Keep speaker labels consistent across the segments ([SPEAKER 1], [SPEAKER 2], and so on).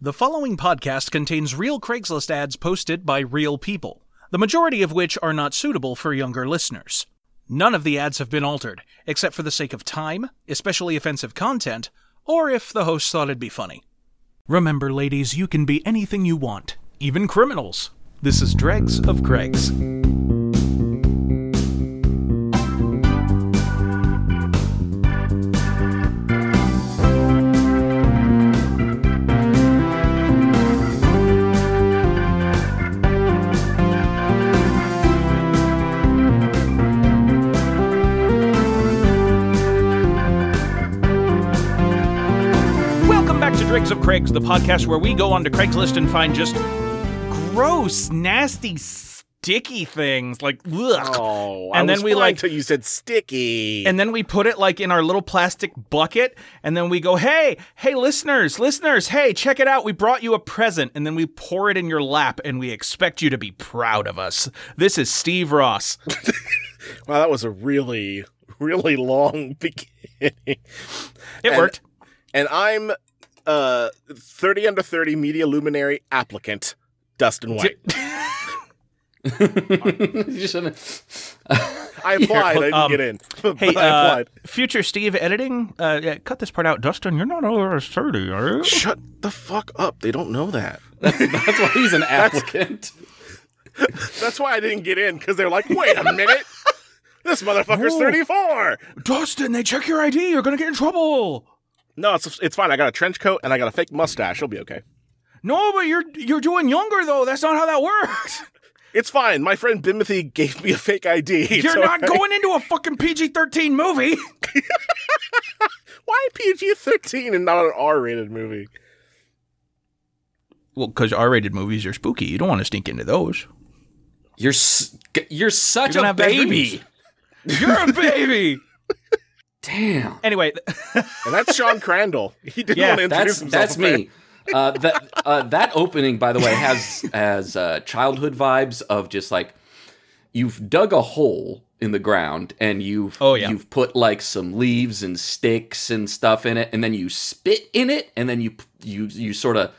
[SPEAKER 1] The following podcast contains real Craigslist ads posted by real people, the majority of which are not suitable for younger listeners. None of the ads have been altered, except for the sake of time, especially offensive content, or if the host thought it'd be funny. Remember, ladies, you can be anything you want, even criminals. This is Dregs of Craigs. Welcome back to Dregs of Craigs, the podcast where we go onto Craigslist and find just gross, nasty, sticky things like ugh.
[SPEAKER 2] Oh,
[SPEAKER 1] And then we, like-
[SPEAKER 2] until you said sticky.
[SPEAKER 1] and then we put it like in our little plastic bucket and then we go hey hey listeners listeners hey check it out we brought you a present and then we pour it in your lap and we expect you to be proud of us this is steve ross
[SPEAKER 2] wow, that was a really, really long beginning.
[SPEAKER 1] it
[SPEAKER 2] And-
[SPEAKER 1] worked
[SPEAKER 2] And I'm uh 30 under 30 media luminary applicant, Dustin White.
[SPEAKER 3] You shouldn't-
[SPEAKER 2] I applied, I didn't
[SPEAKER 1] um,
[SPEAKER 2] get in. but
[SPEAKER 1] hey
[SPEAKER 2] I
[SPEAKER 1] uh,
[SPEAKER 2] applied.
[SPEAKER 1] future steve editing uh, yeah, cut this part out dustin you're not over 30 are you
[SPEAKER 2] Shut the fuck up. They don't know that.
[SPEAKER 3] That's, that's why he's an applicant.
[SPEAKER 2] That's why I didn't get in, because they're like, wait a minute. This motherfucker's
[SPEAKER 1] Whoa.
[SPEAKER 2] 34.
[SPEAKER 1] dustin they check your id you're gonna get in trouble
[SPEAKER 2] No, it's, it's fine. I got a trench coat and I got a fake mustache. It'll be okay.
[SPEAKER 1] no but you're you're doing younger though that's not how that works
[SPEAKER 2] It's fine. My friend Bimothy gave me a fake ID.
[SPEAKER 1] you're
[SPEAKER 2] so
[SPEAKER 1] not
[SPEAKER 2] I-
[SPEAKER 1] going into a fucking pg-13 movie
[SPEAKER 2] Why PG 13 and not an R rated movie?
[SPEAKER 1] Well, because R-rated movies are spooky. You don't want to sneak into those.
[SPEAKER 3] You're s- g- you're such
[SPEAKER 1] You're gonna
[SPEAKER 3] a
[SPEAKER 1] have bad
[SPEAKER 3] baby.
[SPEAKER 1] You're a baby.
[SPEAKER 3] Damn.
[SPEAKER 1] anyway,
[SPEAKER 2] And that's Sean Crandall. He didn't
[SPEAKER 1] Yeah,
[SPEAKER 2] want to introduce
[SPEAKER 3] That's
[SPEAKER 2] himself.
[SPEAKER 3] that's me. Uh, that uh, that opening, by the way, has has uh, childhood vibes of just like you've dug a hole in the ground and you've
[SPEAKER 1] Oh, yeah.
[SPEAKER 3] you've put like some leaves and sticks and stuff in it, and then you spit in it, and then you you you sort of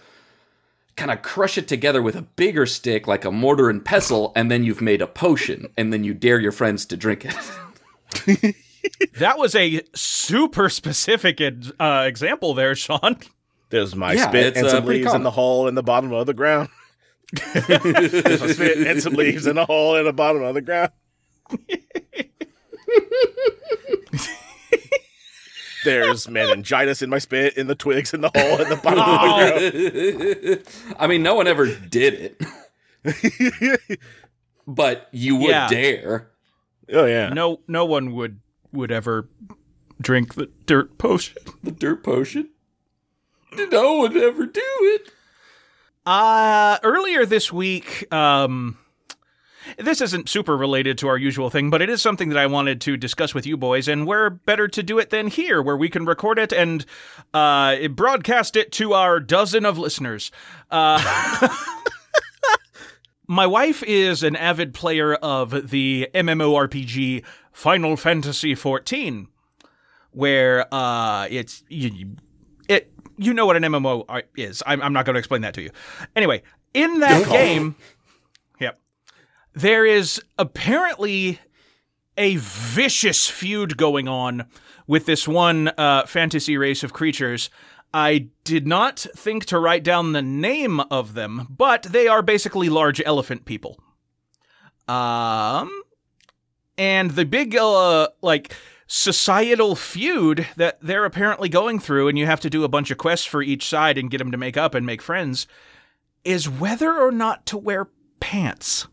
[SPEAKER 3] kind of crush it together with a bigger stick like a mortar and pestle, and then you've made a potion, and then you dare your friends to drink it.
[SPEAKER 1] that was a super specific ed- uh, example there, Sean.
[SPEAKER 2] There's my
[SPEAKER 3] Yeah,
[SPEAKER 2] spit
[SPEAKER 3] it's,
[SPEAKER 2] and
[SPEAKER 3] uh,
[SPEAKER 2] some
[SPEAKER 3] pretty
[SPEAKER 2] leaves in
[SPEAKER 3] common.
[SPEAKER 2] the hole in the bottom of the ground. There's my spit and some leaves in a hole in the bottom of the ground. There's meningitis in my spit in the twigs in the hole in the bottom of the ground.
[SPEAKER 3] I mean, no one ever did it. but you would
[SPEAKER 1] Yeah.
[SPEAKER 3] dare.
[SPEAKER 2] Oh yeah.
[SPEAKER 1] No, no one would would ever drink the dirt potion.
[SPEAKER 3] The dirt potion? No one would ever do it.
[SPEAKER 1] Uh, earlier this week, um, this isn't super related to our usual thing, but it is something that I wanted to discuss with you boys, and where better to do it than here, where we can record it and uh, broadcast it to our dozen of listeners. Uh, my wife is an avid player of the MMORPG Final Fantasy XIV, where uh, it's you- you, it you know what an MMO are- is. I'm, I'm not going to explain that to you. Anyway, in that game, yep, there is apparently a vicious feud going on with this one uh, fantasy race of creatures. I did not think to write down the name of them, but they are basically large elephant people. Um, and the big uh, like societal feud that they're apparently going through and you have to do a bunch of quests for each side and get them to make up and make friends is whether or not to wear pants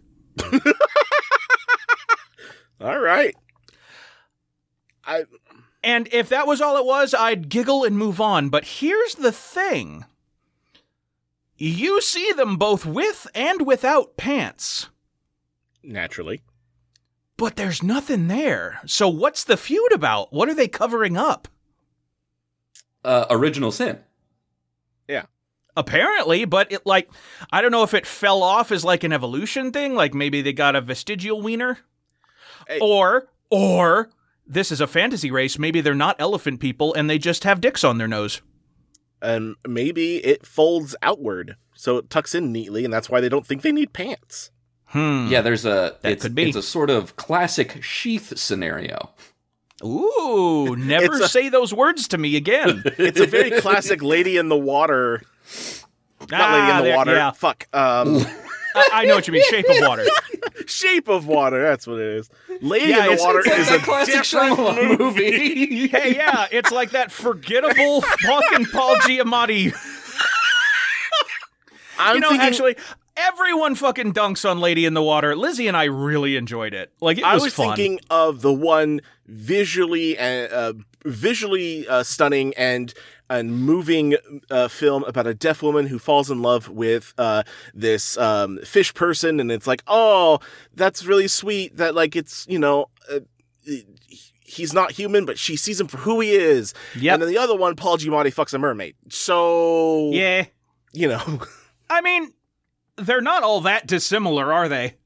[SPEAKER 2] All right. I
[SPEAKER 1] and if that was all it was i'd giggle and move on but here's the thing you see them both with and without pants
[SPEAKER 2] naturally.
[SPEAKER 1] but there's nothing there so what's the feud about what are they covering up
[SPEAKER 3] Uh, original sin.
[SPEAKER 1] apparently but it like i don't know if it fell off as like an evolution thing like maybe they got a vestigial wiener
[SPEAKER 2] Hey.
[SPEAKER 1] or or this is a fantasy race maybe they're not elephant people and they just have dicks on their nose
[SPEAKER 2] and Um, maybe it folds outward, so it tucks in neatly, and that's why they don't think they need pants.
[SPEAKER 1] Hmm.
[SPEAKER 3] Yeah, there's a
[SPEAKER 1] That
[SPEAKER 3] it's,
[SPEAKER 1] could be.
[SPEAKER 3] it's a sort of classic sheath scenario.
[SPEAKER 1] Ooh, never
[SPEAKER 2] It's a-
[SPEAKER 1] say those words to me again.
[SPEAKER 2] It's a very classic lady in the water. Not lady
[SPEAKER 1] Ah,
[SPEAKER 2] in the
[SPEAKER 1] there-
[SPEAKER 2] water.
[SPEAKER 1] Yeah.
[SPEAKER 2] Fuck. Um,
[SPEAKER 1] I, I know what you mean. Shape of water.
[SPEAKER 2] shape of water. That's what it is. Lady
[SPEAKER 1] Yeah,
[SPEAKER 2] in
[SPEAKER 1] it's-
[SPEAKER 2] the water
[SPEAKER 1] it's like
[SPEAKER 2] is
[SPEAKER 1] that
[SPEAKER 2] a
[SPEAKER 3] classic
[SPEAKER 2] different
[SPEAKER 3] Shyamalan movie.
[SPEAKER 1] Hey, yeah, it's like that forgettable fucking Paul Giamatti.
[SPEAKER 2] I'm
[SPEAKER 1] you know,
[SPEAKER 2] thinking,
[SPEAKER 1] actually, everyone fucking dunks on Lady in the Water. Lizzie and I really enjoyed it. Like it
[SPEAKER 2] I
[SPEAKER 1] was,
[SPEAKER 2] was
[SPEAKER 1] fun.
[SPEAKER 2] thinking of the one visually uh, uh, visually uh, stunning and and moving uh, film about a deaf woman who falls in love with uh, this um, fish person, and it's like, oh, that's really sweet. That like it's you know. Uh, He's not human, but she sees him for who he is.
[SPEAKER 1] Yep.
[SPEAKER 2] And then the other one, Paul Giamatti fucks a mermaid. So,
[SPEAKER 1] yeah.
[SPEAKER 2] you know,
[SPEAKER 1] I mean, they're not all that dissimilar, are they?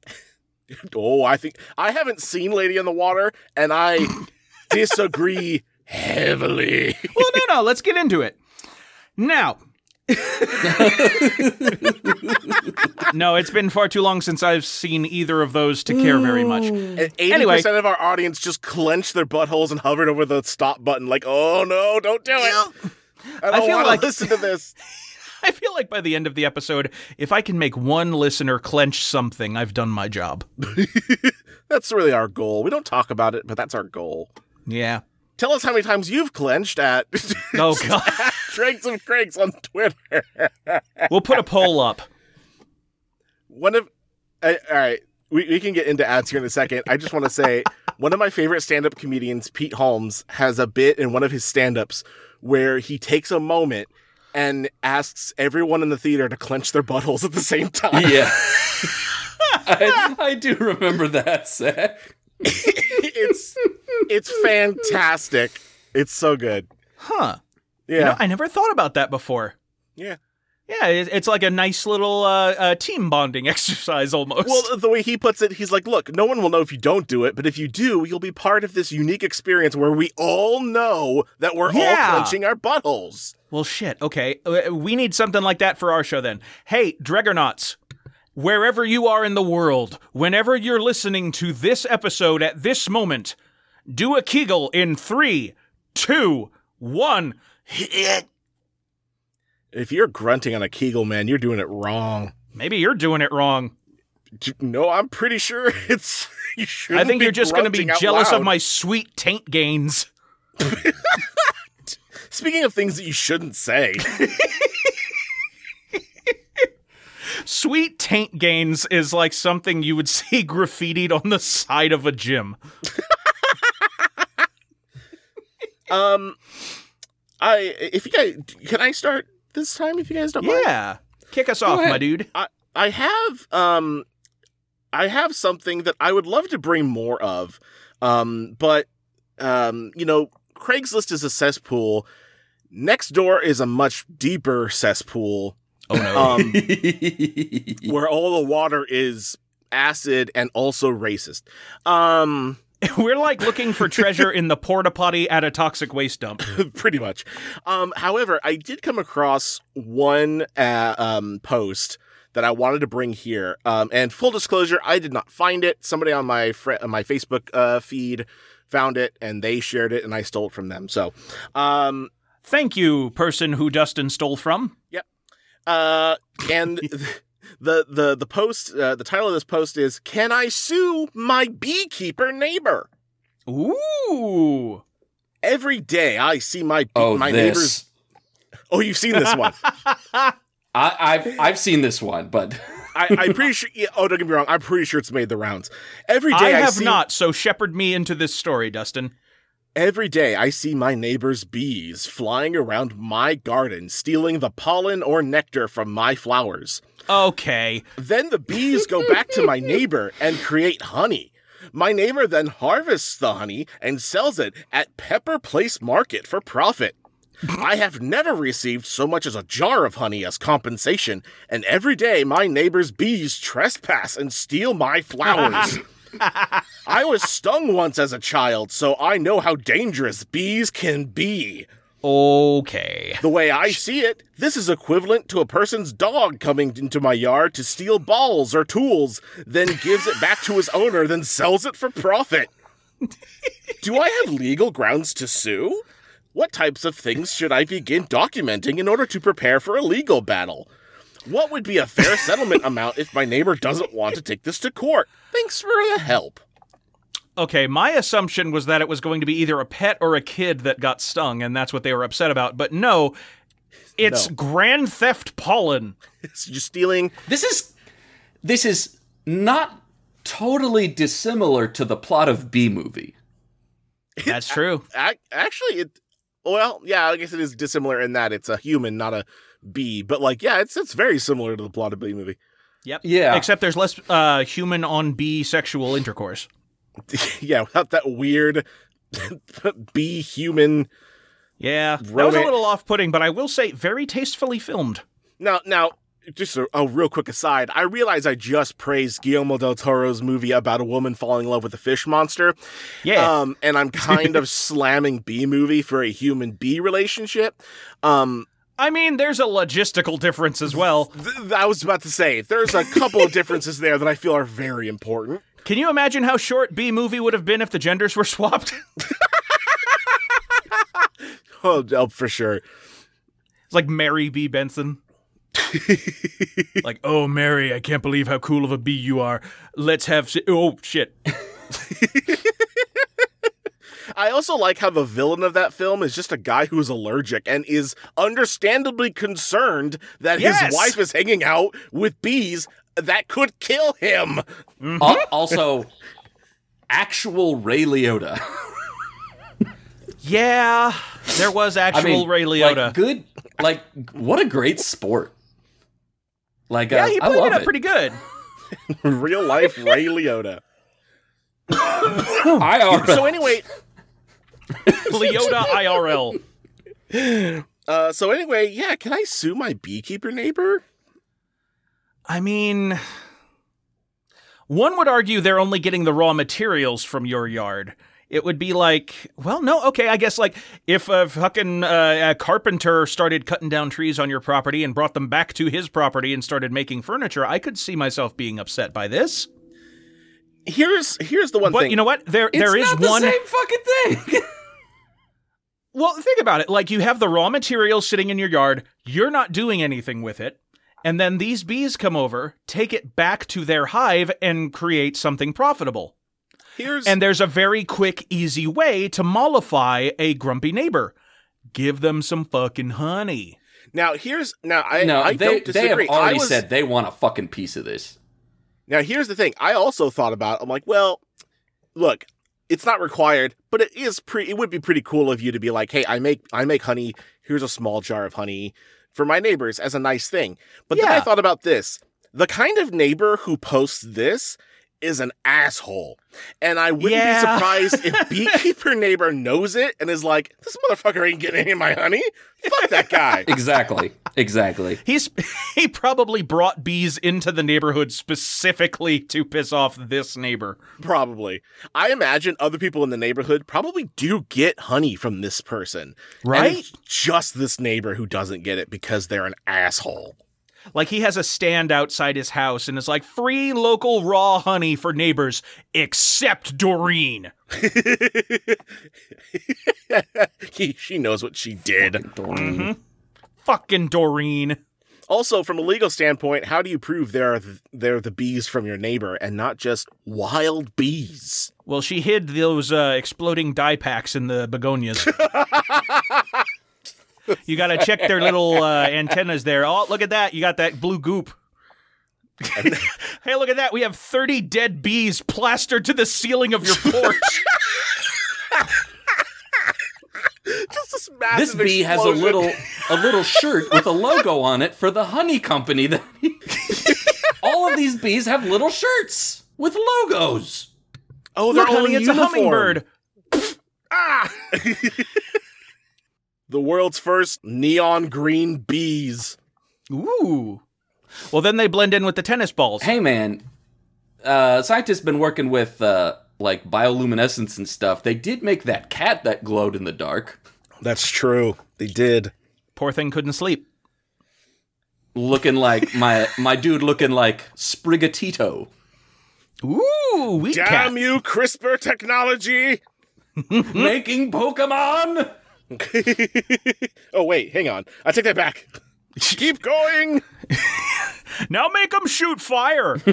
[SPEAKER 2] Oh, I think I haven't seen Lady in the Water, and I disagree heavily.
[SPEAKER 1] Well, no, no. Let's get into it now. no, it's been far too long since I've seen either of those to care very much.
[SPEAKER 2] And eighty
[SPEAKER 1] Anyway.
[SPEAKER 2] percent of our audience just clenched their buttholes and hovered over the stop button, like, "Oh no, don't do it! I don't
[SPEAKER 1] feel
[SPEAKER 2] want to
[SPEAKER 1] like-
[SPEAKER 2] listen to this."
[SPEAKER 1] I feel like by the end of the episode, if I can make one listener clench something, I've done my job.
[SPEAKER 2] That's really our goal. We don't talk about it, but that's our goal.
[SPEAKER 1] Yeah.
[SPEAKER 2] Tell us how many times you've clenched at
[SPEAKER 1] Oh god.
[SPEAKER 2] Drinks of Cranks on Twitter.
[SPEAKER 1] we'll put a poll up.
[SPEAKER 2] one of I, all right we, we can get into ads here in a second i just want to say one of my favorite stand-up comedians pete holmes has a bit in one of his stand-ups where he takes a moment and asks everyone in the theater to clench their buttholes at the same time
[SPEAKER 3] yeah. I, I do remember that, Zach.
[SPEAKER 2] it's it's fantastic it's so good
[SPEAKER 1] Huh.
[SPEAKER 2] yeah
[SPEAKER 1] You know, I never thought about that before.
[SPEAKER 2] Yeah.
[SPEAKER 1] Yeah, it- it's like a nice little uh, uh, team bonding exercise almost.
[SPEAKER 2] well, the way he puts it, he's like, "Look, no one will know if you don't do it, but if you do, you'll be part of this unique experience where we all know that we're
[SPEAKER 1] Yeah.
[SPEAKER 2] all clenching our buttholes."
[SPEAKER 1] Well, shit. Okay, Uh, we need something like that for our show then. Hey, Dregonauts, wherever you are in the world, whenever you're listening to this episode at this moment, do a Kegel in three, two, one.
[SPEAKER 2] If you're grunting on a Kegel, man, you're doing it wrong.
[SPEAKER 1] Maybe you're doing it wrong.
[SPEAKER 2] J- No, I'm pretty sure it's. You
[SPEAKER 1] I
[SPEAKER 2] shouldn't
[SPEAKER 1] think
[SPEAKER 2] be
[SPEAKER 1] you're just going to be
[SPEAKER 2] grunting out
[SPEAKER 1] jealous of
[SPEAKER 2] loud.
[SPEAKER 1] my sweet taint gains.
[SPEAKER 2] Speaking of things that you shouldn't say,
[SPEAKER 1] Sweet taint gains is like something you would see graffitied on the side of a gym.
[SPEAKER 2] um, I if you guys can I start this time if you guys don't mind.
[SPEAKER 1] Yeah. Kick us off,
[SPEAKER 3] ahead.
[SPEAKER 1] my dude.
[SPEAKER 2] I have um, I have something that I would love to bring more of, um, but um, you know, Craigslist is a cesspool. Next door is a much deeper cesspool.
[SPEAKER 1] Oh no.
[SPEAKER 2] Um, where all the water is acid and also racist. Um,
[SPEAKER 1] We're like looking for treasure in the porta potty at a toxic waste dump.
[SPEAKER 2] pretty much. Um, however, I did come across one uh, um, post that I wanted to bring here. Um, and full disclosure, I did not find it. Somebody on my fr- on my Facebook uh, feed found it and they shared it, and I stole it from them. So, um,
[SPEAKER 1] Thank you, person who Dustin stole from.
[SPEAKER 2] uh, and. The, the the post uh, the title of this post is can I sue my beekeeper neighbor
[SPEAKER 1] Ooh.
[SPEAKER 2] Every day I see my
[SPEAKER 3] oh,
[SPEAKER 2] my
[SPEAKER 3] this.
[SPEAKER 2] neighbors. Oh, you've seen this one.
[SPEAKER 3] I, I've I've seen this one, but
[SPEAKER 2] I, I'm pretty sure. Yeah, oh, don't get me wrong. I'm pretty sure it's made the rounds. Every day
[SPEAKER 1] I
[SPEAKER 2] I,
[SPEAKER 1] have
[SPEAKER 2] see,
[SPEAKER 1] not, so shepherd me into this story, Dustin.
[SPEAKER 2] Every day I see my neighbor's bees flying around my garden, stealing the pollen or nectar from my flowers.
[SPEAKER 1] Okay.
[SPEAKER 2] Then the bees go back to my neighbor and create honey. My neighbor then harvests the honey and sells it at Pepper Place Market for profit. I have never received so much as a jar of honey as compensation, and every day my neighbor's bees trespass and steal my flowers. I was stung once as a child, so I know how dangerous bees can be.
[SPEAKER 1] Okay.
[SPEAKER 2] The way I see it, this is equivalent to a person's dog coming into my yard to steal balls or tools, then gives it back to his owner, then sells it for profit. Do I have legal grounds to sue? What types of things should I begin documenting in order to prepare for a legal battle? What would be a fair settlement amount if my neighbor doesn't want to take this to court? Thanks for the help.
[SPEAKER 1] Okay, my assumption was that it was going to be either a pet or a kid that got stung, and that's what they were upset about. But no, it's
[SPEAKER 2] No.
[SPEAKER 1] Grand Theft Pollen.
[SPEAKER 2] It's just stealing.
[SPEAKER 3] This is this is not totally dissimilar to the plot of B movie.
[SPEAKER 1] That's true.
[SPEAKER 2] ac- Actually, it. Well, yeah, I guess it is dissimilar in that it's a human, not a bee. But like, yeah, it's it's very similar to the plot of Bee movie.
[SPEAKER 1] Yep.
[SPEAKER 3] Yeah.
[SPEAKER 1] Except there's less uh, human on bee sexual intercourse.
[SPEAKER 2] yeah, without that weird bee human.
[SPEAKER 1] Yeah. That was a
[SPEAKER 2] Roman-
[SPEAKER 1] little off putting, but I will say very tastefully filmed.
[SPEAKER 2] Now, now, just a, a real quick aside. I realize I just praised Guillermo del Toro's movie about a woman falling in love with a fish monster.
[SPEAKER 1] Yeah.
[SPEAKER 2] Um, and I'm kind of slamming bee movie for a human bee relationship. Um,
[SPEAKER 1] I mean, there's a logistical difference as well.
[SPEAKER 2] Th- I was about to say, there's a couple of differences there that I feel are very important.
[SPEAKER 1] Can you imagine how short B movie would have been if the genders were swapped?
[SPEAKER 2] Oh, oh, for sure.
[SPEAKER 1] It's like Mary B. Benson. like, oh, Mary, I can't believe how cool of a bee you are. Let's have. Si- oh, shit.
[SPEAKER 2] I also like how the villain of that film is just a guy who is allergic and is understandably concerned that
[SPEAKER 1] Yes!
[SPEAKER 2] his wife is hanging out with bees that could kill him.
[SPEAKER 3] Al- also, actual Ray Liotta.
[SPEAKER 1] Yeah, there was actual
[SPEAKER 3] I mean,
[SPEAKER 1] Ray Liotta.
[SPEAKER 3] Like, good. Like what a great sport. Like
[SPEAKER 1] yeah,
[SPEAKER 3] uh,
[SPEAKER 1] he
[SPEAKER 3] I
[SPEAKER 1] played
[SPEAKER 3] love
[SPEAKER 1] it up
[SPEAKER 3] it.
[SPEAKER 1] pretty good.
[SPEAKER 2] Real life Ray Liotta.
[SPEAKER 3] I are
[SPEAKER 2] So anyway,
[SPEAKER 1] Liotta IRL.
[SPEAKER 2] uh, so anyway, yeah. Can I sue my beekeeper neighbor?
[SPEAKER 1] I mean, one would argue they're only getting the raw materials from your yard. It would be like, well, no, okay, I guess like if a fucking uh, a carpenter started cutting down trees on your property and brought them back to his property and started making furniture, I could see myself being upset by this.
[SPEAKER 2] Here's here's the one
[SPEAKER 1] But
[SPEAKER 2] thing.
[SPEAKER 1] you know what? There there is
[SPEAKER 3] it's not
[SPEAKER 1] one.
[SPEAKER 3] the same fucking thing.
[SPEAKER 1] Well, think about it. Like you have the raw material sitting in your yard, you're not doing anything with it, and then these bees come over, take it back to their hive, and create something profitable.
[SPEAKER 2] here's
[SPEAKER 1] And there's a very quick, easy way to mollify a grumpy neighbor. Give them some fucking honey.
[SPEAKER 2] now here's now I
[SPEAKER 3] no,
[SPEAKER 2] I
[SPEAKER 3] they
[SPEAKER 2] don't
[SPEAKER 3] they have
[SPEAKER 2] disagree. I
[SPEAKER 3] already
[SPEAKER 2] was-
[SPEAKER 3] said they want a fucking piece of this.
[SPEAKER 2] Now, here's the thing. I also thought about. I'm like, well, look, it's not required, but it is pretty. It would be pretty cool of you to be like, hey, I make I make honey. Here's a small jar of honey for my neighbors as a nice thing. But then I
[SPEAKER 1] Yeah.
[SPEAKER 2] thought about this. The kind of neighbor who posts this is an asshole. And I wouldn't
[SPEAKER 1] Yeah.
[SPEAKER 2] be surprised if beekeeper neighbor knows it and is like, this motherfucker ain't getting any of my honey. Fuck that guy.
[SPEAKER 3] Exactly. exactly.
[SPEAKER 1] He's he probably brought bees into the neighborhood specifically to piss off this neighbor.
[SPEAKER 2] Probably. I imagine other people in the neighborhood probably do get honey from this person. And
[SPEAKER 1] Right?
[SPEAKER 2] it's just this neighbor who doesn't get it because they're an asshole.
[SPEAKER 1] Like he has a stand outside his house and it's like free local raw honey for neighbors except Doreen.
[SPEAKER 2] He, she knows what she did.
[SPEAKER 1] Mm-hmm. Fucking Doreen.
[SPEAKER 2] Also, from a legal standpoint, how do you prove they're th- they're the bees from your neighbor and not just wild bees?
[SPEAKER 1] Well, she hid those uh, exploding dye packs in the begonias. you got to check their little uh, antennas there. Oh, look at that. You got that blue goop. hey, look at that. We have 30 dead bees plastered to the ceiling of your porch.
[SPEAKER 2] Just this massive.
[SPEAKER 3] This bee has a
[SPEAKER 2] explosion.
[SPEAKER 3] little a little shirt with a logo on it for the honey company that he- All of these bees have little shirts with logos.
[SPEAKER 2] Oh, they're
[SPEAKER 1] look, honey,
[SPEAKER 2] only
[SPEAKER 1] it's a
[SPEAKER 2] uniform.
[SPEAKER 1] hummingbird.
[SPEAKER 2] Ah! The world's first neon green bees.
[SPEAKER 1] Ooh. Well, then they blend in with the tennis balls.
[SPEAKER 3] Hey man, uh scientists been working with uh like bioluminescence and stuff. They did make that cat that glowed in the dark.
[SPEAKER 2] That's true. They did.
[SPEAKER 1] Poor thing couldn't sleep.
[SPEAKER 3] Looking like my my dude looking like Sprigatito.
[SPEAKER 1] Ooh, we
[SPEAKER 2] Damn you, CRISPR technology!
[SPEAKER 3] Making Pokemon!
[SPEAKER 2] oh wait, hang on. I take that back. Keep going.
[SPEAKER 1] Now make them shoot fire.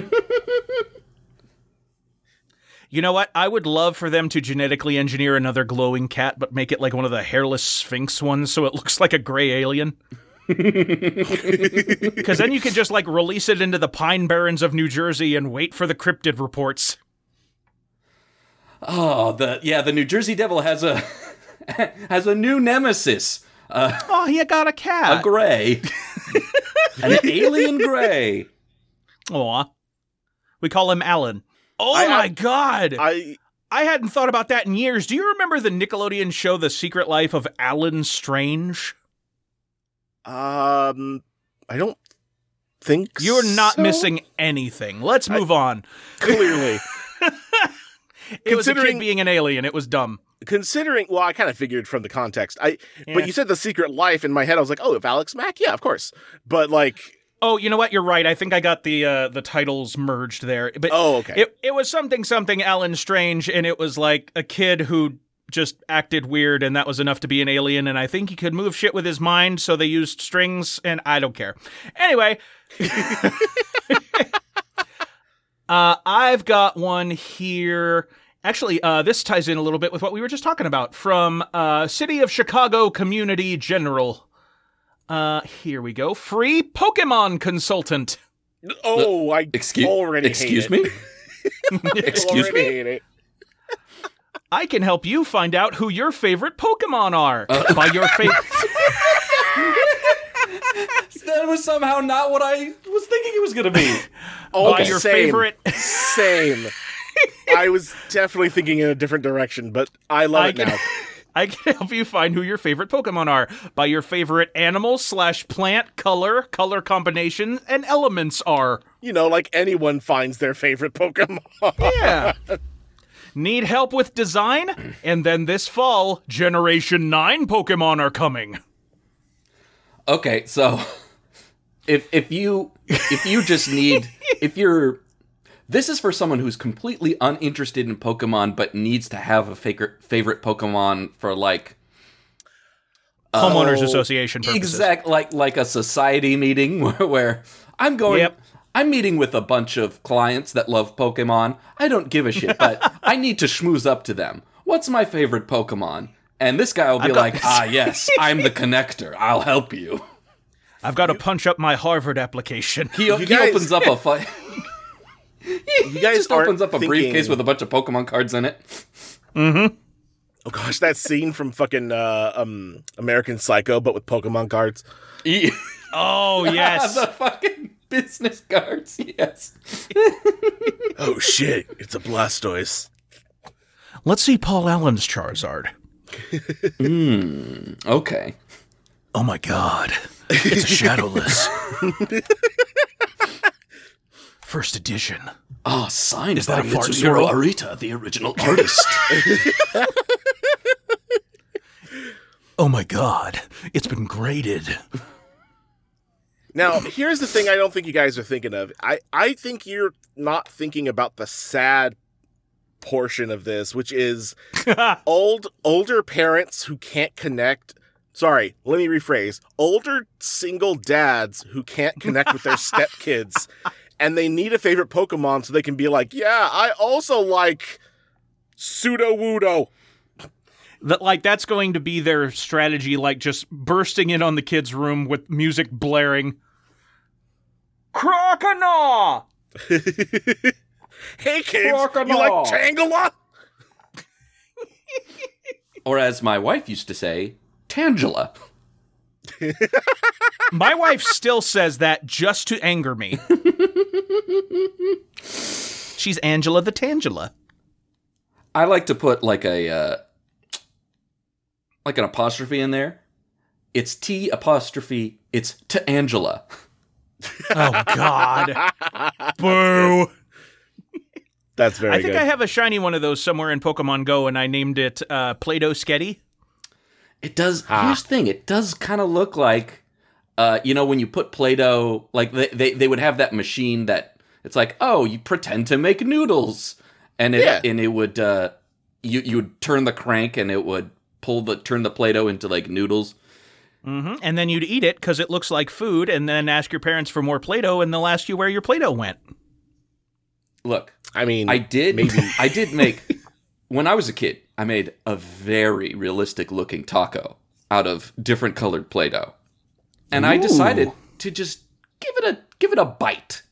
[SPEAKER 1] you know what? I would love for them to genetically engineer another glowing cat, but make it like one of the hairless sphinx ones so it looks like a gray alien. Because then you could just like release it into the pine barrens of New Jersey and wait for the cryptid reports.
[SPEAKER 3] Oh, the yeah, the New Jersey Devil has a has a new nemesis,
[SPEAKER 1] Oh, he got a
[SPEAKER 3] a
[SPEAKER 1] cat.
[SPEAKER 3] gray. An alien gray.
[SPEAKER 1] Aw. We call him Alan. Oh
[SPEAKER 2] I- I-
[SPEAKER 1] my god!
[SPEAKER 2] I
[SPEAKER 1] I hadn't thought about that in years. Do you remember the Nickelodeon show The Secret Life of Alan Strange?
[SPEAKER 2] um I don't think
[SPEAKER 1] You're not
[SPEAKER 2] so.
[SPEAKER 1] missing anything. Let's move on.
[SPEAKER 2] clearly.
[SPEAKER 1] It was a kid
[SPEAKER 2] considering-
[SPEAKER 1] being an alien. It was dumb.
[SPEAKER 2] Considering, well, I kind of figured from the context. I
[SPEAKER 1] Yeah.
[SPEAKER 2] but you said the secret life in my head. I was like, oh, if Alex Mack, yeah, of course. But like,
[SPEAKER 1] Oh, you know what? You're right. I think I got the uh, the titles merged there. But
[SPEAKER 2] oh, okay.
[SPEAKER 1] it it was something something Alan Strange, and it was like a kid who just acted weird, and that was enough to be an alien. And I think he could move shit with his mind, so they used strings, and I don't care. Anyway, uh, I've got one here. Actually, uh, this ties in a little bit with what we were just talking about from uh, City of Chicago Community General. Uh, here we go. Free Pokemon consultant.
[SPEAKER 2] oh, I
[SPEAKER 3] Excuse
[SPEAKER 2] already hate
[SPEAKER 3] Excuse
[SPEAKER 2] it.
[SPEAKER 3] me?
[SPEAKER 2] Already
[SPEAKER 3] excuse me?
[SPEAKER 2] hate it.
[SPEAKER 1] I can help you find out who your favorite Pokemon are by your favorite.
[SPEAKER 3] That was somehow not what I was thinking it was gonna be.
[SPEAKER 2] Oh,
[SPEAKER 1] by your
[SPEAKER 2] same,
[SPEAKER 1] favorite.
[SPEAKER 2] Same. I was definitely thinking in a different direction, but I love
[SPEAKER 1] I
[SPEAKER 2] it
[SPEAKER 1] can-
[SPEAKER 2] now.
[SPEAKER 1] I can help you find who your favorite Pokemon are by your favorite animal slash plant color, color combination, and elements are.
[SPEAKER 2] You know, like anyone finds their favorite Pokemon.
[SPEAKER 1] Yeah. Need help with design? And then this fall, Generation 9 Pokemon are coming.
[SPEAKER 3] Okay, so if if you if you just need if you're this is for someone who's completely uninterested in Pokemon but needs to have a faker, favorite Pokemon for like
[SPEAKER 1] Homeowners
[SPEAKER 2] Oh,
[SPEAKER 1] Association purposes.
[SPEAKER 3] exact like like a society meeting where, where I'm going
[SPEAKER 1] Yep.
[SPEAKER 3] I'm meeting with a bunch of clients that love Pokemon. I don't give a shit, but I need to schmooze up to them. What's my favorite Pokemon? And this guy will be
[SPEAKER 1] got
[SPEAKER 3] like,
[SPEAKER 1] this.
[SPEAKER 3] "Ah, yes, I'm the connector. I'll help you."
[SPEAKER 1] I've got to punch up my Harvard application.
[SPEAKER 3] He, he
[SPEAKER 2] guys-
[SPEAKER 3] opens up a fight.
[SPEAKER 2] You guys
[SPEAKER 3] just
[SPEAKER 2] aren't
[SPEAKER 3] opens up a
[SPEAKER 2] thinking-
[SPEAKER 3] briefcase with a bunch of Pokemon cards in it.
[SPEAKER 2] Oh gosh, that scene from fucking uh, um American Psycho, but with Pokemon cards.
[SPEAKER 3] E-
[SPEAKER 1] Oh, yes.
[SPEAKER 3] the fucking business cards. Yes.
[SPEAKER 2] Oh shit, it's a Blastoise.
[SPEAKER 1] Let's see Paul Allen's Charizard.
[SPEAKER 3] Okay.
[SPEAKER 1] Oh my god. It's a shadowless. First edition.
[SPEAKER 3] Ah, signed Is
[SPEAKER 1] that
[SPEAKER 3] by
[SPEAKER 1] a fart
[SPEAKER 3] Mitsuhiro
[SPEAKER 1] swirl?
[SPEAKER 3] Arita, the original artist.
[SPEAKER 1] Oh my god. It's been graded.
[SPEAKER 2] Now, here's the thing I don't think you guys are thinking of. I, I think you're not thinking about the sad portion of this, which is old older parents who can't connect. Sorry, let me rephrase. Older single dads who can't connect with their stepkids and they need a favorite Pokemon so they can be like, "Yeah, I also like Sudowoodo."
[SPEAKER 1] That like that's going to be their strategy, like just bursting in on the kids' room with music blaring. Croconaw!
[SPEAKER 2] Hey kids, you like
[SPEAKER 3] Croconaw.
[SPEAKER 2] Tangela?
[SPEAKER 3] or as my wife used to say, Tangela.
[SPEAKER 1] My wife still says that just to anger me. She's Angela the Tangela.
[SPEAKER 3] I like to put like a uh, like an apostrophe in there. It's T apostrophe. It's to Angela.
[SPEAKER 1] Oh god. Boo.
[SPEAKER 2] That's very
[SPEAKER 1] I think I have a shiny one of those somewhere in Pokemon Go, and I named it uh, Play-Doh Sketty.
[SPEAKER 3] It does. Here's the thing. It does kind of look like, uh, you know, when you put Play-Doh, like they, they they would have that machine that it's like, oh, you pretend to make noodles, and it
[SPEAKER 2] Yeah.
[SPEAKER 3] and it would, uh, you you would turn the crank and it would pull the turn the Play-Doh into like noodles.
[SPEAKER 1] hmm And then you'd eat it because it looks like food, and then ask your parents for more Play Doh, and they'll ask you where your Play Doh went.
[SPEAKER 3] Look,
[SPEAKER 2] I mean,
[SPEAKER 3] I did.
[SPEAKER 2] Maybe.
[SPEAKER 3] I did make when I was a kid. I made a very realistic looking taco out of different colored Play-Doh, and I
[SPEAKER 1] Ooh.
[SPEAKER 3] decided to just give it a give it a bite.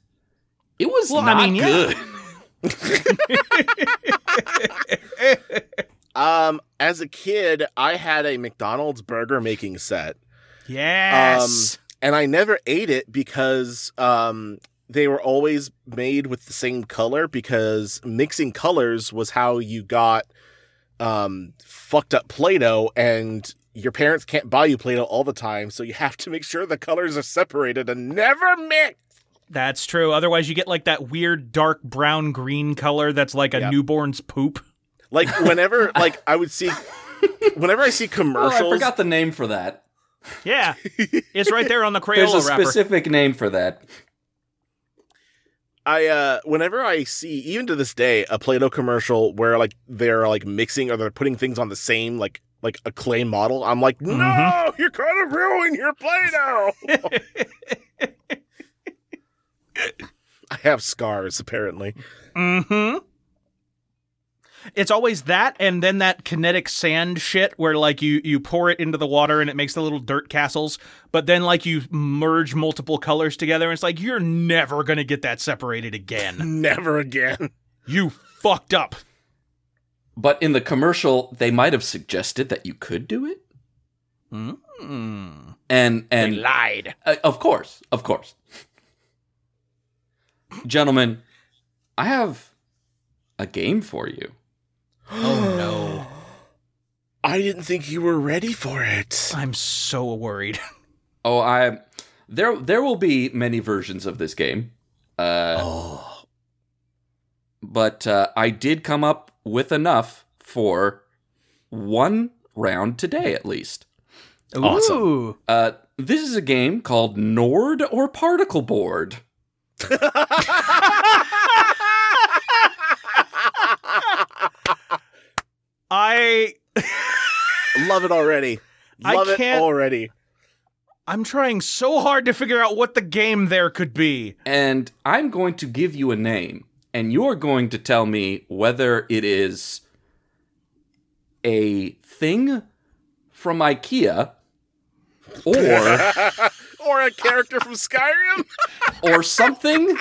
[SPEAKER 3] It was
[SPEAKER 1] Well, I
[SPEAKER 3] not
[SPEAKER 1] mean, yeah.
[SPEAKER 3] good.
[SPEAKER 2] Um, as a kid, I had a McDonald's burger making set.
[SPEAKER 1] Yes.
[SPEAKER 2] and I never ate it because um, they were always made with the same color because mixing colors was how you got um, fucked up Play-Doh and your parents can't buy you Play-Doh all the time, so you have to make sure the colors are separated and never mix.
[SPEAKER 1] That's true. Otherwise, you get like that weird dark brown green color that's like a
[SPEAKER 2] Yep.
[SPEAKER 1] newborn's poop.
[SPEAKER 2] Like whenever, like I would see, whenever I see
[SPEAKER 3] Oh, I
[SPEAKER 2] commercials,
[SPEAKER 3] forgot the name for that.
[SPEAKER 1] Yeah, it's right there on the
[SPEAKER 3] There's a
[SPEAKER 1] Crayola wrapper.
[SPEAKER 3] specific name for that.
[SPEAKER 2] I uh whenever I see even to this day a Play-Doh commercial where like they're like mixing or they're putting things on the same like like a clay model, I'm like,
[SPEAKER 1] Mm-hmm.
[SPEAKER 2] no, you're gonna ruin your Play-Doh. I have scars apparently.
[SPEAKER 1] hmm It's always that, and then that kinetic sand shit where like you you pour it into the water and it makes the little dirt castles, but then like you merge multiple colors together, and it's like you're never gonna get that separated again.
[SPEAKER 2] Never again.
[SPEAKER 1] you fucked up.
[SPEAKER 3] But in the commercial, they might have suggested that you could do it,
[SPEAKER 1] Mm.
[SPEAKER 3] and
[SPEAKER 1] They
[SPEAKER 3] and
[SPEAKER 1] lied.
[SPEAKER 3] Uh, of course, of course. Gentlemen, I have a game for you.
[SPEAKER 1] Oh no,
[SPEAKER 2] I didn't think you were ready for it.
[SPEAKER 1] I'm so worried.
[SPEAKER 3] Oh, I there there will be many versions of this game. Uh,
[SPEAKER 2] Oh.
[SPEAKER 3] but uh, I did come up with enough for one round today at least.
[SPEAKER 2] Awesome.
[SPEAKER 1] Ooh.
[SPEAKER 3] Uh, this is a game called Nord or Particle Board.
[SPEAKER 2] Oh.
[SPEAKER 1] I
[SPEAKER 2] Love it already.
[SPEAKER 1] I
[SPEAKER 2] Love it
[SPEAKER 1] can't-
[SPEAKER 2] already.
[SPEAKER 1] I'm trying so hard to figure out what the game there could be.
[SPEAKER 3] and I'm going to give you a name, and you're going to tell me whether it is a thing from IKEA or
[SPEAKER 2] or a character from Skyrim.
[SPEAKER 3] or something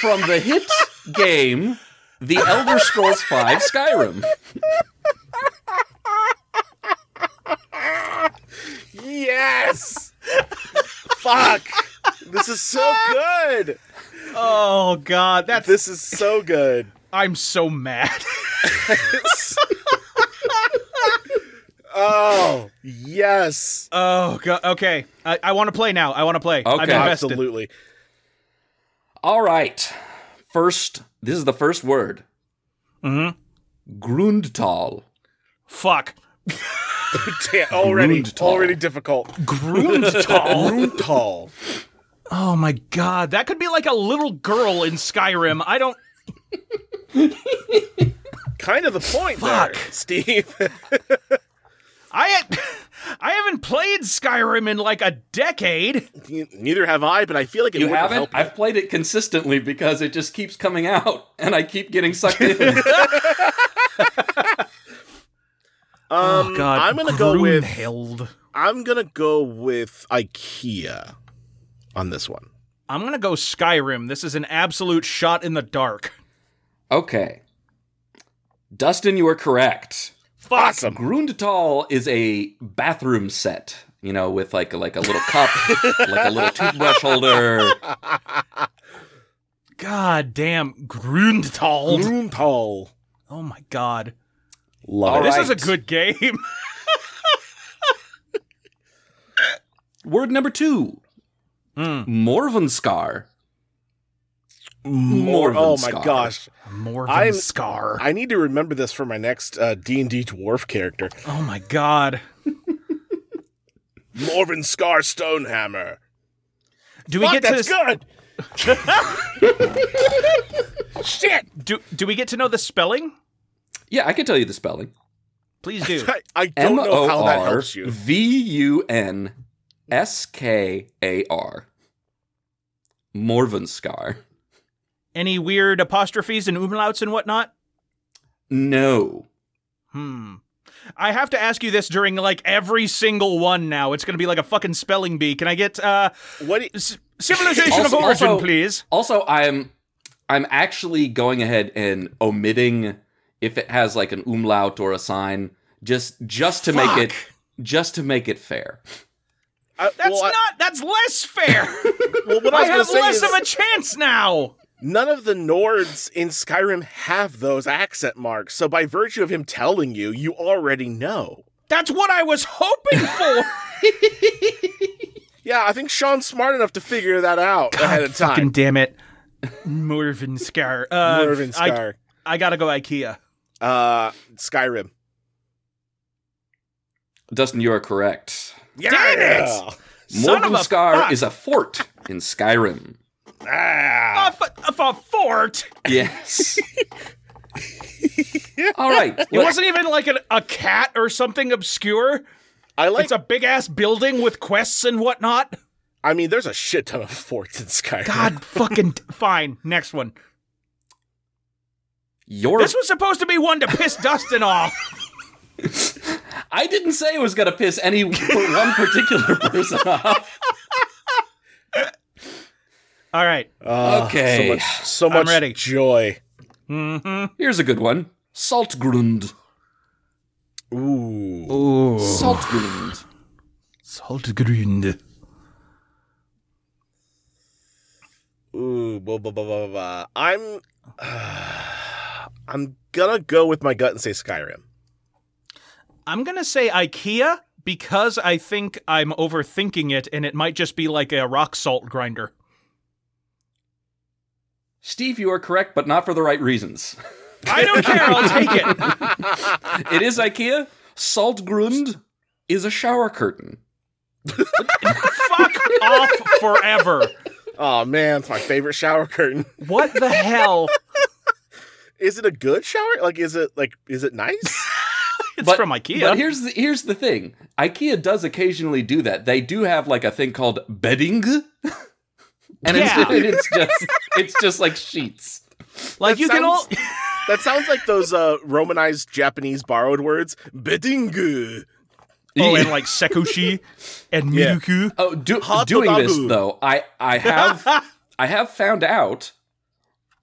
[SPEAKER 3] from the hit game The Elder Scrolls V Skyrim.
[SPEAKER 2] Yes. Fuck. This is so good.
[SPEAKER 1] Oh god, that's
[SPEAKER 2] This is so good.
[SPEAKER 1] I'm so mad.
[SPEAKER 2] oh yes.
[SPEAKER 1] Oh god. Okay. I, I want to play now. I want to play. I'm
[SPEAKER 3] Okay.
[SPEAKER 1] invested.
[SPEAKER 2] Absolutely.
[SPEAKER 3] All right. First, this is the first word.
[SPEAKER 1] Mhm.
[SPEAKER 3] Grundtal.
[SPEAKER 1] Fuck.
[SPEAKER 2] Damn, already,
[SPEAKER 3] Grundtal.
[SPEAKER 2] already difficult.
[SPEAKER 1] Grundtal.
[SPEAKER 2] Grundtal.
[SPEAKER 1] oh my god, that could be like a little girl in Skyrim. I don't.
[SPEAKER 2] Kind of the point
[SPEAKER 1] Fuck.
[SPEAKER 2] there, Steve.
[SPEAKER 1] I. I haven't played Skyrim in like a decade.
[SPEAKER 2] Neither have I, but I feel like it
[SPEAKER 3] You
[SPEAKER 2] would
[SPEAKER 3] haven't?
[SPEAKER 2] help.
[SPEAKER 3] I've played it consistently because it just keeps coming out and I keep getting sucked in.
[SPEAKER 2] Um,
[SPEAKER 1] oh god.
[SPEAKER 2] I'm gonna go with
[SPEAKER 1] Grunhild.
[SPEAKER 2] I'm gonna go with IKEA on this one.
[SPEAKER 1] I'm gonna go Skyrim. This is an absolute shot in the dark.
[SPEAKER 3] Okay. Dustin, you are correct.
[SPEAKER 1] Fuck.
[SPEAKER 3] Grundtal is a bathroom set, you know, with like a, like a little cup, like a little toothbrush holder.
[SPEAKER 1] God damn. Grundtal.
[SPEAKER 2] Grundtal.
[SPEAKER 1] Oh my god.
[SPEAKER 2] Love
[SPEAKER 3] All
[SPEAKER 2] it.
[SPEAKER 1] This
[SPEAKER 3] right.
[SPEAKER 1] is a good game.
[SPEAKER 3] Word number two,
[SPEAKER 1] Hmm.
[SPEAKER 3] Morvenskar.
[SPEAKER 2] More.
[SPEAKER 3] Morven
[SPEAKER 2] Oh my
[SPEAKER 3] Scar.
[SPEAKER 2] gosh.
[SPEAKER 1] Morven
[SPEAKER 2] I'm-
[SPEAKER 1] Scar.
[SPEAKER 2] uh, I need to remember this for my next D and D dwarf character.
[SPEAKER 1] Oh my god.
[SPEAKER 2] Morven Scar Stonehammer.
[SPEAKER 1] Do we
[SPEAKER 2] Fuck,
[SPEAKER 1] get to
[SPEAKER 2] that's good. Shit.
[SPEAKER 1] do do we get to know the spelling?
[SPEAKER 3] Yeah, I can tell you the spelling.
[SPEAKER 1] Please do.
[SPEAKER 2] I, I don't
[SPEAKER 3] M
[SPEAKER 2] know
[SPEAKER 3] O
[SPEAKER 2] how that
[SPEAKER 3] R
[SPEAKER 2] helps you.
[SPEAKER 3] V U N S K A R. Morvenskar.
[SPEAKER 1] Any weird apostrophes and umlauts and whatnot?
[SPEAKER 3] No.
[SPEAKER 1] Hmm. I have to ask you this during like every single one now. It's going to be like a fucking spelling bee. Can I get uh
[SPEAKER 2] What? i-
[SPEAKER 1] c- civilization of
[SPEAKER 3] Also-
[SPEAKER 1] origin,
[SPEAKER 3] also-
[SPEAKER 1] please?
[SPEAKER 3] Also, I'm I'm actually going ahead and omitting if it has like an umlaut or a sign just just to make it just to make it fair.
[SPEAKER 2] I-
[SPEAKER 1] That's
[SPEAKER 2] well, I-
[SPEAKER 1] not. that's less fair.
[SPEAKER 2] well, what I,
[SPEAKER 1] I
[SPEAKER 2] was gonna
[SPEAKER 1] have
[SPEAKER 2] say
[SPEAKER 1] less
[SPEAKER 2] is
[SPEAKER 1] of a chance now.
[SPEAKER 2] none of the Nords in Skyrim have those accent marks. So by virtue of him telling you, you already know.
[SPEAKER 1] That's what I was hoping for.
[SPEAKER 2] Yeah, I think Sean's smart enough to figure that out ahead of
[SPEAKER 1] Fucking
[SPEAKER 2] time.
[SPEAKER 1] damn it, Morven Scar. Uh,
[SPEAKER 2] Mervin
[SPEAKER 1] I,
[SPEAKER 2] Scar.
[SPEAKER 1] I gotta go IKEA.
[SPEAKER 2] Uh, Skyrim.
[SPEAKER 3] Dustin, you are correct.
[SPEAKER 2] Yeah!
[SPEAKER 1] Damn Son of a
[SPEAKER 3] Morvenskar
[SPEAKER 1] fuck.
[SPEAKER 3] is a fort in Skyrim.
[SPEAKER 2] Ah.
[SPEAKER 1] Off a, off a fort.
[SPEAKER 3] Yes. All right.
[SPEAKER 1] It
[SPEAKER 3] let-
[SPEAKER 1] wasn't even like an, a cat or something obscure.
[SPEAKER 2] I like.
[SPEAKER 1] It's a big ass building with quests and whatnot.
[SPEAKER 2] I mean, there's a shit ton of forts in Skyrim.
[SPEAKER 1] God fucking fine. Next one.
[SPEAKER 3] your
[SPEAKER 1] This was supposed to be one to piss Dustin off.
[SPEAKER 3] I didn't say it was gonna piss any one particular person off.
[SPEAKER 1] All right.
[SPEAKER 2] Ah,
[SPEAKER 3] Okay.
[SPEAKER 2] So much, so much
[SPEAKER 1] ready.
[SPEAKER 2] joy.
[SPEAKER 1] Mm-hmm.
[SPEAKER 3] Here's a good one. Saltgrund.
[SPEAKER 2] Ooh.
[SPEAKER 1] Ooh.
[SPEAKER 3] Saltgrund.
[SPEAKER 1] Saltgrund.
[SPEAKER 2] Ooh, blah, blah, blah, blah, blah, blah. I'm. I'm gonna go with my gut and say Skyrim.
[SPEAKER 1] I'm gonna say IKEA because I think I'm overthinking it, and it might just be like a rock salt grinder.
[SPEAKER 3] Steve, you are correct, but not for the right reasons.
[SPEAKER 1] I don't care. I'll take it.
[SPEAKER 3] It is IKEA. Saltgrund is a shower curtain.
[SPEAKER 1] Fuck off forever.
[SPEAKER 2] Oh man, it's my favorite shower curtain.
[SPEAKER 1] What the hell?
[SPEAKER 2] Is it a good shower? Like, is it like, is it nice?
[SPEAKER 1] It's
[SPEAKER 3] But-
[SPEAKER 1] from
[SPEAKER 3] But
[SPEAKER 1] IKEA.
[SPEAKER 3] here's the, here's the thing. IKEA does occasionally do that. They do have like a thing called bedding. And
[SPEAKER 1] Yeah.
[SPEAKER 3] it's, it's just it's just like sheets.
[SPEAKER 1] Like you can all.
[SPEAKER 2] sounds- that sounds like those uh, Romanized Japanese borrowed words. Bedingu.
[SPEAKER 1] Oh, and like Sekushi and
[SPEAKER 2] Yeah.
[SPEAKER 1] Miruku.
[SPEAKER 3] Oh, do,
[SPEAKER 2] Hot
[SPEAKER 3] doing this
[SPEAKER 2] Dodagu.
[SPEAKER 3] though, I I have I have found out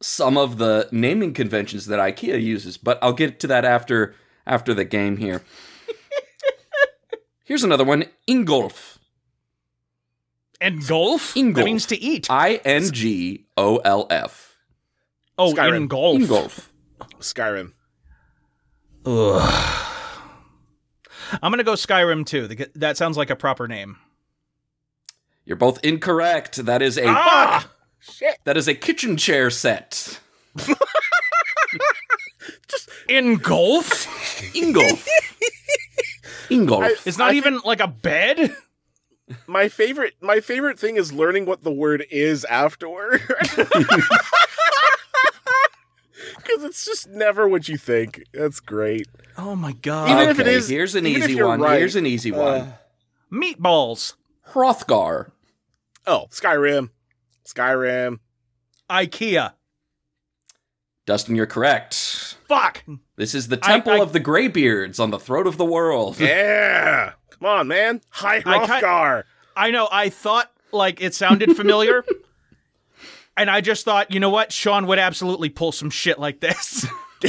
[SPEAKER 3] some of the naming conventions that IKEA uses, but I'll get to that after after the game here. Here's another one, Ingolf.
[SPEAKER 1] And golf? Uh,
[SPEAKER 3] Ingolf.
[SPEAKER 1] That means to eat.
[SPEAKER 3] I N G O L F.
[SPEAKER 1] Oh,
[SPEAKER 2] Skyrim.
[SPEAKER 1] in golf.
[SPEAKER 3] Ingolf.
[SPEAKER 2] Skyrim.
[SPEAKER 1] Ugh. I'm going to go Skyrim too. The- That sounds like a proper name.
[SPEAKER 3] You're both incorrect. That is a
[SPEAKER 1] Ah!
[SPEAKER 3] that is a kitchen chair set.
[SPEAKER 1] In golf?
[SPEAKER 3] Ingolf. Ingolf.
[SPEAKER 1] It's not
[SPEAKER 2] I
[SPEAKER 1] even like a bed?
[SPEAKER 2] My favorite, my favorite thing is learning what the word is afterward. Because it's just never what you think. That's great.
[SPEAKER 1] Oh my
[SPEAKER 2] Even
[SPEAKER 1] god.
[SPEAKER 2] if it
[SPEAKER 3] Okay,
[SPEAKER 2] is-
[SPEAKER 3] here's an
[SPEAKER 2] even if
[SPEAKER 3] easy
[SPEAKER 2] you're
[SPEAKER 3] one.
[SPEAKER 2] right,
[SPEAKER 3] Here's an easy one.
[SPEAKER 2] Uh,
[SPEAKER 1] Meatballs.
[SPEAKER 3] Hrothgar.
[SPEAKER 2] oh, Skyrim. Skyrim.
[SPEAKER 1] IKEA.
[SPEAKER 3] Dustin, you're correct.
[SPEAKER 1] Fuck.
[SPEAKER 3] This is the
[SPEAKER 1] I-
[SPEAKER 3] temple
[SPEAKER 1] I-
[SPEAKER 3] of the Greybeards on the throat of the world.
[SPEAKER 2] Yeah. Come on, man. Hi,
[SPEAKER 1] I ki-
[SPEAKER 2] Hrothgar.
[SPEAKER 1] I know. I thought like it sounded familiar. and I just thought, you know what? Sean would absolutely pull some shit like this.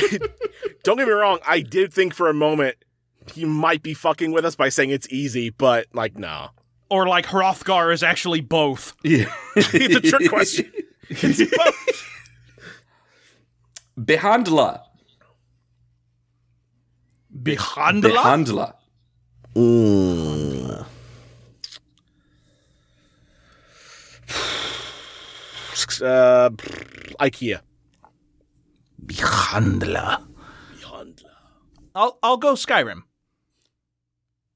[SPEAKER 2] Don't get me wrong. I did think for a moment he might be fucking with us by saying it's easy, but like, no.
[SPEAKER 1] or like Hrothgar is actually both.
[SPEAKER 2] it's a trick question. It's both.
[SPEAKER 3] Behandla.
[SPEAKER 1] Behandla?
[SPEAKER 3] Behandla.
[SPEAKER 2] Mm. Uh, IKEA.
[SPEAKER 1] Behandla. I'll I'll go Skyrim.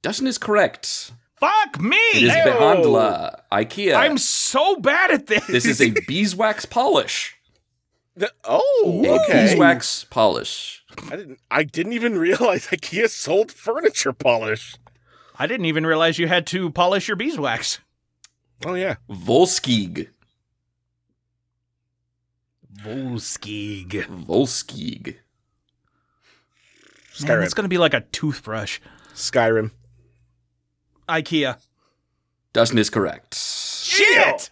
[SPEAKER 3] Dustin is correct.
[SPEAKER 1] Fuck me!
[SPEAKER 3] It is
[SPEAKER 1] Ayo.
[SPEAKER 3] Behandla, IKEA.
[SPEAKER 1] I'm so bad at this.
[SPEAKER 3] this is a beeswax polish.
[SPEAKER 2] The- oh,
[SPEAKER 3] A
[SPEAKER 2] okay.
[SPEAKER 3] beeswax polish.
[SPEAKER 2] I didn't. I didn't even realize IKEA sold furniture polish.
[SPEAKER 1] I didn't even realize you had to polish your beeswax.
[SPEAKER 2] Oh yeah.
[SPEAKER 3] Volskig.
[SPEAKER 1] Volskig.
[SPEAKER 3] Volskig.
[SPEAKER 1] Man,
[SPEAKER 2] Skyrim.
[SPEAKER 1] that's gonna be like a toothbrush.
[SPEAKER 2] Skyrim.
[SPEAKER 1] IKEA.
[SPEAKER 3] Dustin is correct.
[SPEAKER 1] Shit!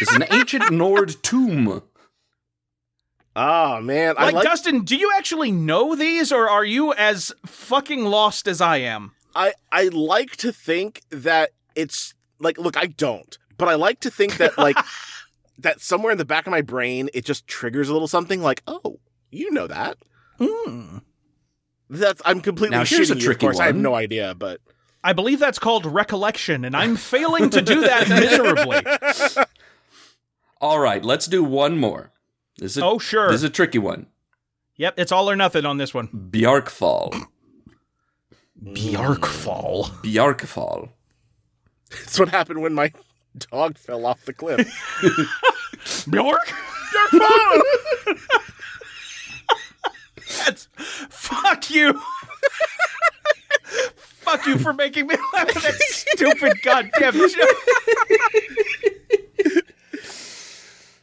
[SPEAKER 3] This is an ancient Nord tomb.
[SPEAKER 2] Ah man, I
[SPEAKER 1] Like,
[SPEAKER 2] like.
[SPEAKER 1] Dustin, do you actually know these, or are you as fucking lost as I am?
[SPEAKER 2] I I like to think that it's like. Look, I don't, but I like to think that like that somewhere in the back of my brain, it just triggers a little something like, oh, you know that.
[SPEAKER 1] Mm.
[SPEAKER 2] That's I'm completely
[SPEAKER 3] Now, here's
[SPEAKER 2] shitting
[SPEAKER 3] a
[SPEAKER 2] you,
[SPEAKER 3] tricky
[SPEAKER 2] Of course, I have
[SPEAKER 3] one.
[SPEAKER 2] no idea, but
[SPEAKER 1] I believe that's called recollection, and I'm failing to do that miserably.
[SPEAKER 3] All right, let's do one more. This is a,
[SPEAKER 1] Oh, sure.
[SPEAKER 3] this is a tricky one.
[SPEAKER 1] yep, it's all or nothing on this one.
[SPEAKER 3] Bjarkfall.
[SPEAKER 1] Bjarkfall.
[SPEAKER 3] Bjarkfall.
[SPEAKER 2] it's what happened when my dog fell off the cliff.
[SPEAKER 1] Bjork? That's fuck you. fuck you for making me laugh at that stupid goddamn joke.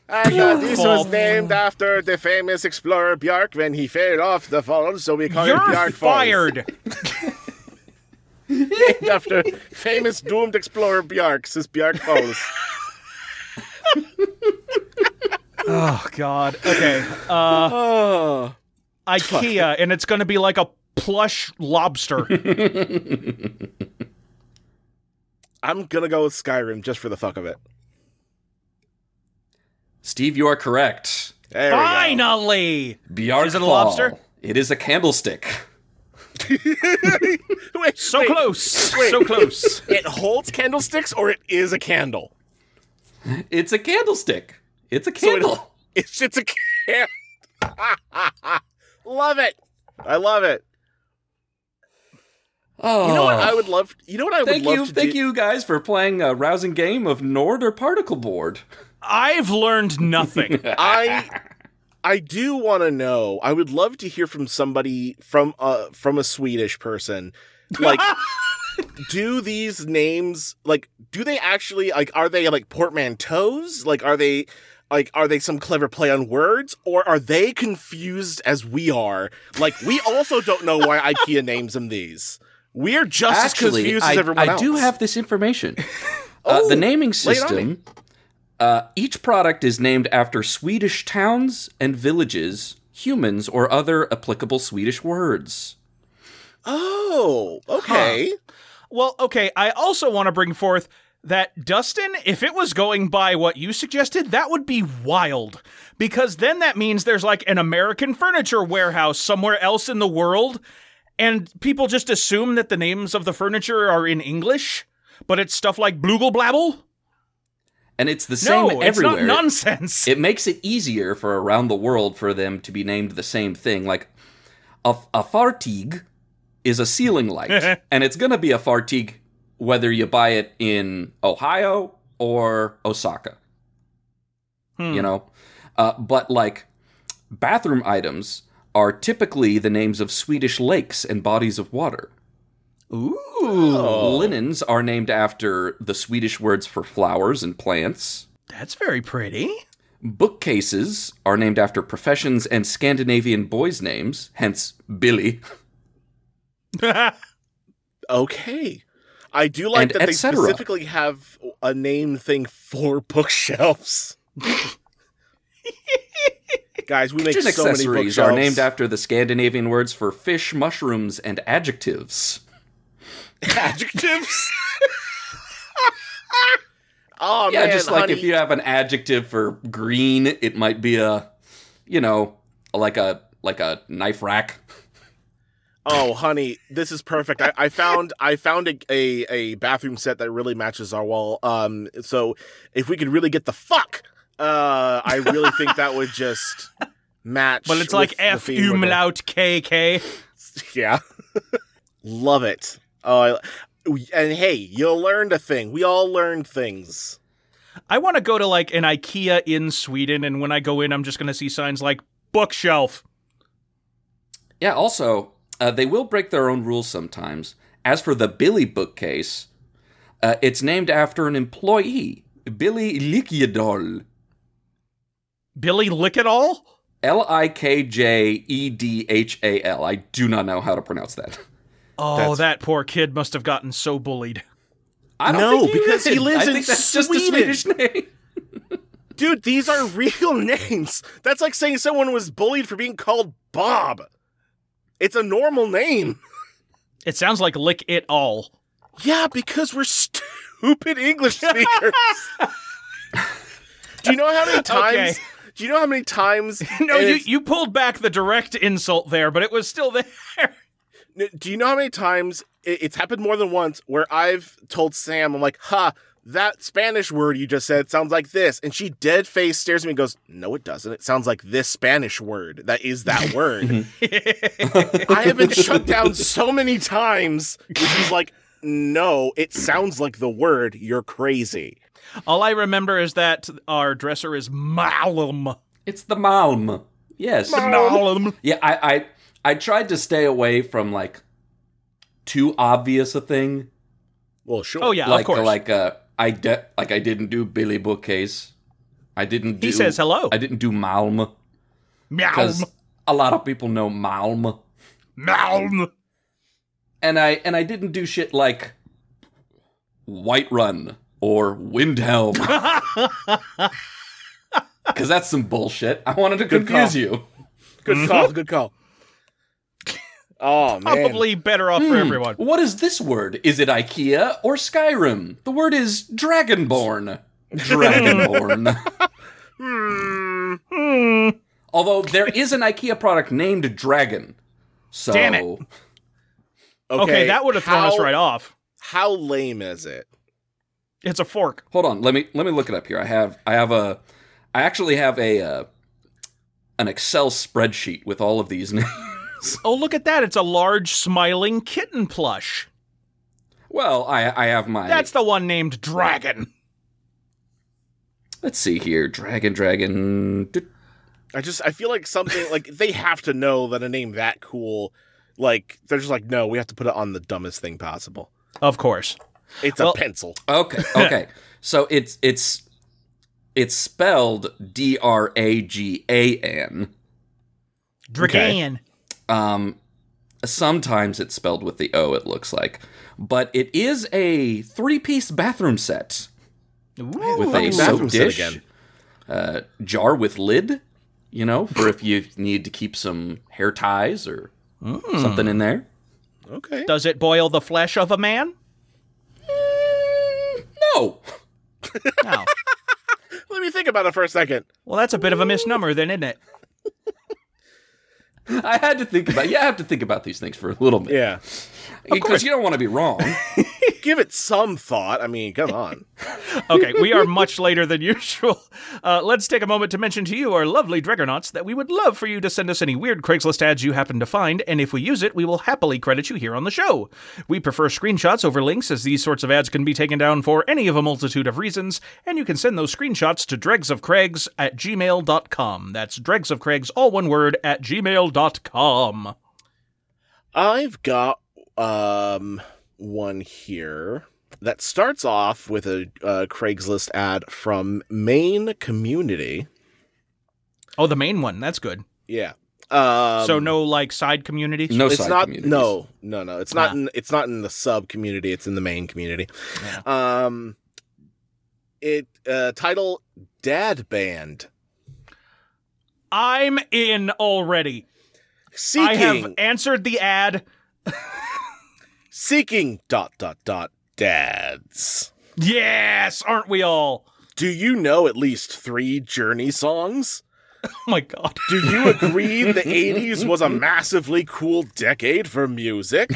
[SPEAKER 2] I thought uh, this was
[SPEAKER 1] Bjarkfall.
[SPEAKER 2] named after the famous explorer Bjark when he fell off the fall, so we call it
[SPEAKER 1] You're
[SPEAKER 2] Bjark Falls.
[SPEAKER 1] fired.
[SPEAKER 2] Named after famous doomed explorer Bjark, says Bjark Falls.
[SPEAKER 1] Oh god. Okay. Uh
[SPEAKER 2] oh.
[SPEAKER 1] IKEA and it's going to be like a plush lobster.
[SPEAKER 2] I'm gonna go with Skyrim just for the fuck of it.
[SPEAKER 3] Steve, you are correct.
[SPEAKER 2] There we go.
[SPEAKER 1] uh, Finally.
[SPEAKER 3] Bjarkfall.
[SPEAKER 1] Is it a lobster?
[SPEAKER 3] It is a candlestick.
[SPEAKER 2] Wait,
[SPEAKER 1] So
[SPEAKER 2] wait,
[SPEAKER 1] close.
[SPEAKER 2] wait.
[SPEAKER 1] So close.
[SPEAKER 2] It holds candlesticks or it is a candle.
[SPEAKER 3] It's a candlestick. It's a
[SPEAKER 2] So it-
[SPEAKER 3] candle.
[SPEAKER 2] It's it's a candle. love it. I love it.
[SPEAKER 3] oh,
[SPEAKER 2] You know
[SPEAKER 1] Oh.
[SPEAKER 2] what I would love. You know what I would
[SPEAKER 3] thank
[SPEAKER 2] love
[SPEAKER 3] you,
[SPEAKER 2] to
[SPEAKER 3] thank
[SPEAKER 2] do.
[SPEAKER 3] you guys for playing a rousing game of Nord or particle board.
[SPEAKER 1] I've learned nothing.
[SPEAKER 2] I I do want to know. I would love to hear from somebody from a from a Swedish person. Like, do these names like do they actually like are they like portmanteaus? Like, are they like are they some clever play on words, or are they confused as we are? Like, we also don't know why IKEA names them these. We are just as
[SPEAKER 3] Actually,
[SPEAKER 2] confused
[SPEAKER 3] I,
[SPEAKER 2] as everyone
[SPEAKER 3] I
[SPEAKER 2] else. Oh,
[SPEAKER 3] do have this information. uh, the naming
[SPEAKER 2] lay it on
[SPEAKER 3] system. Uh, each product is named after Swedish towns and villages, humans, or other applicable Swedish words.
[SPEAKER 2] Oh, okay.
[SPEAKER 1] Well, okay, I also want to bring forth that Dustin, if it was going by what you suggested, that would be wild. Because then that means there's like an American furniture warehouse somewhere else in the world, and people just assume that the names of the furniture are in English, but it's stuff like Bloogle Blabble.
[SPEAKER 3] And it's the same
[SPEAKER 1] No, it's
[SPEAKER 3] everywhere.
[SPEAKER 1] not nonsense.
[SPEAKER 3] it makes it easier for around the world for them to be named the same thing. Like a, a fartig is a ceiling light, and it's going to be a fartig whether you buy it in Ohio or Osaka.
[SPEAKER 1] Hmm.
[SPEAKER 3] You know, uh, but like bathroom items are typically the names of Swedish lakes and bodies of water.
[SPEAKER 1] Ooh.
[SPEAKER 2] Oh.
[SPEAKER 3] Linens are named after the Swedish words for flowers and plants.
[SPEAKER 1] That's very pretty.
[SPEAKER 3] Bookcases are named after professions and Scandinavian boys' names, hence Billy,
[SPEAKER 2] Okay. I do like
[SPEAKER 3] And
[SPEAKER 2] that
[SPEAKER 3] et
[SPEAKER 2] they
[SPEAKER 3] cetera.
[SPEAKER 2] specifically have a name thing for bookshelves. Guys, we make
[SPEAKER 3] Kitchen
[SPEAKER 2] so many
[SPEAKER 3] accessories
[SPEAKER 2] bookshelves.
[SPEAKER 3] are named after the Scandinavian words for fish, mushrooms, and adjectives.
[SPEAKER 2] adjectives. oh
[SPEAKER 3] Yeah,
[SPEAKER 2] man,
[SPEAKER 3] just like
[SPEAKER 2] honey.
[SPEAKER 3] if you have an adjective for green, it might be a, you know, like a like a knife rack.
[SPEAKER 2] Oh, honey, this is perfect. I, I found I found a, a a bathroom set that really matches our wall. Um, so if we could really get the fuck, uh, I really think that would just match.
[SPEAKER 1] But it's like
[SPEAKER 2] with the
[SPEAKER 1] F
[SPEAKER 2] theme we're going
[SPEAKER 1] umlaut KK.
[SPEAKER 2] Yeah. Love it. Oh, I, and hey, you learned a thing. We all learned things.
[SPEAKER 1] I want to go to like an IKEA in Sweden, and when I go in, I'm just going to see signs like bookshelf.
[SPEAKER 3] Yeah, also, uh, they will break their own rules sometimes. As for the Billy bookcase, uh, it's named after an employee, Billy Likjedal.
[SPEAKER 1] Billy Lick It All?
[SPEAKER 3] L I K J E D H A L. I do not know how to pronounce that.
[SPEAKER 1] Oh,
[SPEAKER 2] That's-
[SPEAKER 1] that poor kid must have gotten so bullied.
[SPEAKER 3] I don't
[SPEAKER 2] No,
[SPEAKER 3] think
[SPEAKER 2] because he
[SPEAKER 3] did.
[SPEAKER 2] lives
[SPEAKER 3] I
[SPEAKER 2] in
[SPEAKER 3] think that's just a
[SPEAKER 2] Sweden.
[SPEAKER 3] Swedish name.
[SPEAKER 2] Dude, these are real names. That's like saying someone was bullied for being called Bob. It's a normal name.
[SPEAKER 1] It sounds like Lick It All.
[SPEAKER 2] Yeah, because we're stupid English speakers. do you know how many times?
[SPEAKER 1] Okay.
[SPEAKER 2] Do you know how many times?
[SPEAKER 1] No,
[SPEAKER 2] and
[SPEAKER 1] you,
[SPEAKER 2] it's-
[SPEAKER 1] you pulled back the direct insult there, but it was still there.
[SPEAKER 2] N- Do you know how many times it- it's happened more than once where I've told Sam, I'm like, ha, that Spanish word you just said sounds like this. And she dead face stares at me and goes, no, it doesn't. It sounds like this Spanish word. That is that word. I have been shut down so many times. She's like, no, it sounds like the word. You're crazy.
[SPEAKER 1] All I remember is that our dresser is Malum.
[SPEAKER 3] It's the Malm. Yes.
[SPEAKER 1] Malum.
[SPEAKER 3] Yeah, I, I I tried to stay away from like too obvious a thing.
[SPEAKER 2] Well, sure.
[SPEAKER 1] Oh, yeah,
[SPEAKER 3] like
[SPEAKER 1] of course.
[SPEAKER 3] like uh I de- like I didn't do Billy bookcase. I didn't do
[SPEAKER 1] He says hello.
[SPEAKER 3] I didn't do Malm
[SPEAKER 1] Malum.
[SPEAKER 3] cuz a lot of people know Malm.
[SPEAKER 1] Malum.
[SPEAKER 3] And I and I didn't do shit like Whiterun or Windhelm. Cuz that's some bullshit. I wanted to
[SPEAKER 2] Good
[SPEAKER 3] confuse
[SPEAKER 2] call.
[SPEAKER 3] you.
[SPEAKER 1] Mm-hmm.
[SPEAKER 2] Good call. Good call. Oh, man.
[SPEAKER 1] Probably better off for everyone.
[SPEAKER 3] Hmm. What is this word? Is it IKEA or Skyrim? The word is Dragonborn. Dragonborn.
[SPEAKER 1] Hmm.
[SPEAKER 3] Although there is an IKEA product named Dragon. So
[SPEAKER 1] Damn it.
[SPEAKER 2] Okay,
[SPEAKER 1] Okay, that would have thrown us
[SPEAKER 2] how-
[SPEAKER 1] right off.
[SPEAKER 2] How lame is it?
[SPEAKER 1] It's a fork.
[SPEAKER 3] hold on, let me let me look it up here. I have I have a I actually have a uh, an Excel spreadsheet with all of these names.
[SPEAKER 1] Oh, look at that. It's a large smiling kitten plush.
[SPEAKER 3] well, I I have my
[SPEAKER 1] That's the one named Dragon.
[SPEAKER 3] Let's see here. Dragon Dragon
[SPEAKER 2] I just I feel like something like they have to know that a name that cool, like they're just like, no, we have to put it on the dumbest thing possible.
[SPEAKER 1] Of course.
[SPEAKER 2] It's
[SPEAKER 1] Well-
[SPEAKER 2] a pencil.
[SPEAKER 3] Okay, okay. so it's it's it's spelled D R A G A N.
[SPEAKER 1] Dragan.
[SPEAKER 3] Um sometimes it's spelled with the O it looks like. But it is a three-piece bathroom set
[SPEAKER 1] Ooh.
[SPEAKER 3] with
[SPEAKER 2] Fucking
[SPEAKER 3] a
[SPEAKER 2] Oh, bathroom
[SPEAKER 3] soap
[SPEAKER 2] set
[SPEAKER 3] dish,
[SPEAKER 2] again.
[SPEAKER 3] uh jar with lid, you know, for if you need to keep some hair ties or
[SPEAKER 2] Hmm.
[SPEAKER 3] something in there.
[SPEAKER 2] Okay.
[SPEAKER 1] Does it boil the flesh of a man?
[SPEAKER 3] No.
[SPEAKER 1] No.
[SPEAKER 2] Let me think about it for a second.
[SPEAKER 1] well, that's a bit of a misnomer then, isn't it?
[SPEAKER 3] I had to think about. Yeah, I have to think about these things for a little bit
[SPEAKER 2] Yeah.
[SPEAKER 3] because you don't want to be wrong.
[SPEAKER 2] Give it some thought. I mean, come on.
[SPEAKER 1] Okay, we are much later than usual. Uh, let's take a moment to mention to you, our lovely Dregonauts, that we would love for you to send us any weird Craigslist ads you happen to find, and if we use it, we will happily credit you here on the show. We prefer screenshots over links, as these sorts of ads can be taken down for any of a multitude of reasons, and you can send those screenshots to dregsofcraigs at gmail.com. That's dregsofcraigs, all one word, at gmail.com.
[SPEAKER 2] I've got um one here that starts off with a uh, Craigslist ad from Maine Community.
[SPEAKER 1] Oh, the main one. That's good.
[SPEAKER 2] Yeah. Um,
[SPEAKER 1] so, no, like, side community?
[SPEAKER 3] No,
[SPEAKER 2] it's
[SPEAKER 3] side
[SPEAKER 2] not
[SPEAKER 3] communities.
[SPEAKER 2] no no no it's not
[SPEAKER 1] Ah.
[SPEAKER 2] in, it's not in the sub community it's in the main community um it uh title dad band
[SPEAKER 1] I'm in already.
[SPEAKER 2] seeking
[SPEAKER 1] I have answered the ad.
[SPEAKER 2] seeking dot dot dot dads
[SPEAKER 1] Yes, aren't we all?
[SPEAKER 2] do you know at least three journey songs
[SPEAKER 1] Oh my god.
[SPEAKER 2] do you agree the 80s was a massively cool decade for music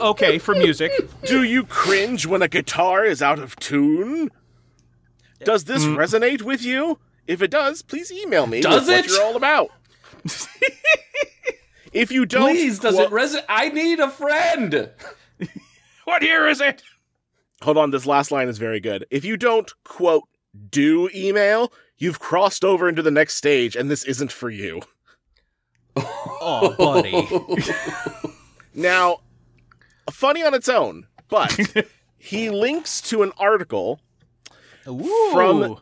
[SPEAKER 1] okay, for music.
[SPEAKER 2] Do you cringe when a guitar is out of tune? Does this resonate with you? If it does, please email me.
[SPEAKER 3] Mm. Does
[SPEAKER 2] with what
[SPEAKER 3] it?
[SPEAKER 2] you're all about? if you don't,
[SPEAKER 3] Please, does
[SPEAKER 2] quo-
[SPEAKER 3] it resonate? I need a friend.
[SPEAKER 1] What year is it?
[SPEAKER 2] Hold on, this last line is very good. If you don't, quote, do email, you've crossed over into the next stage, and this isn't for you.
[SPEAKER 1] Oh, buddy.
[SPEAKER 2] Now, funny on its own, but he links to an article
[SPEAKER 1] Ooh.
[SPEAKER 2] From-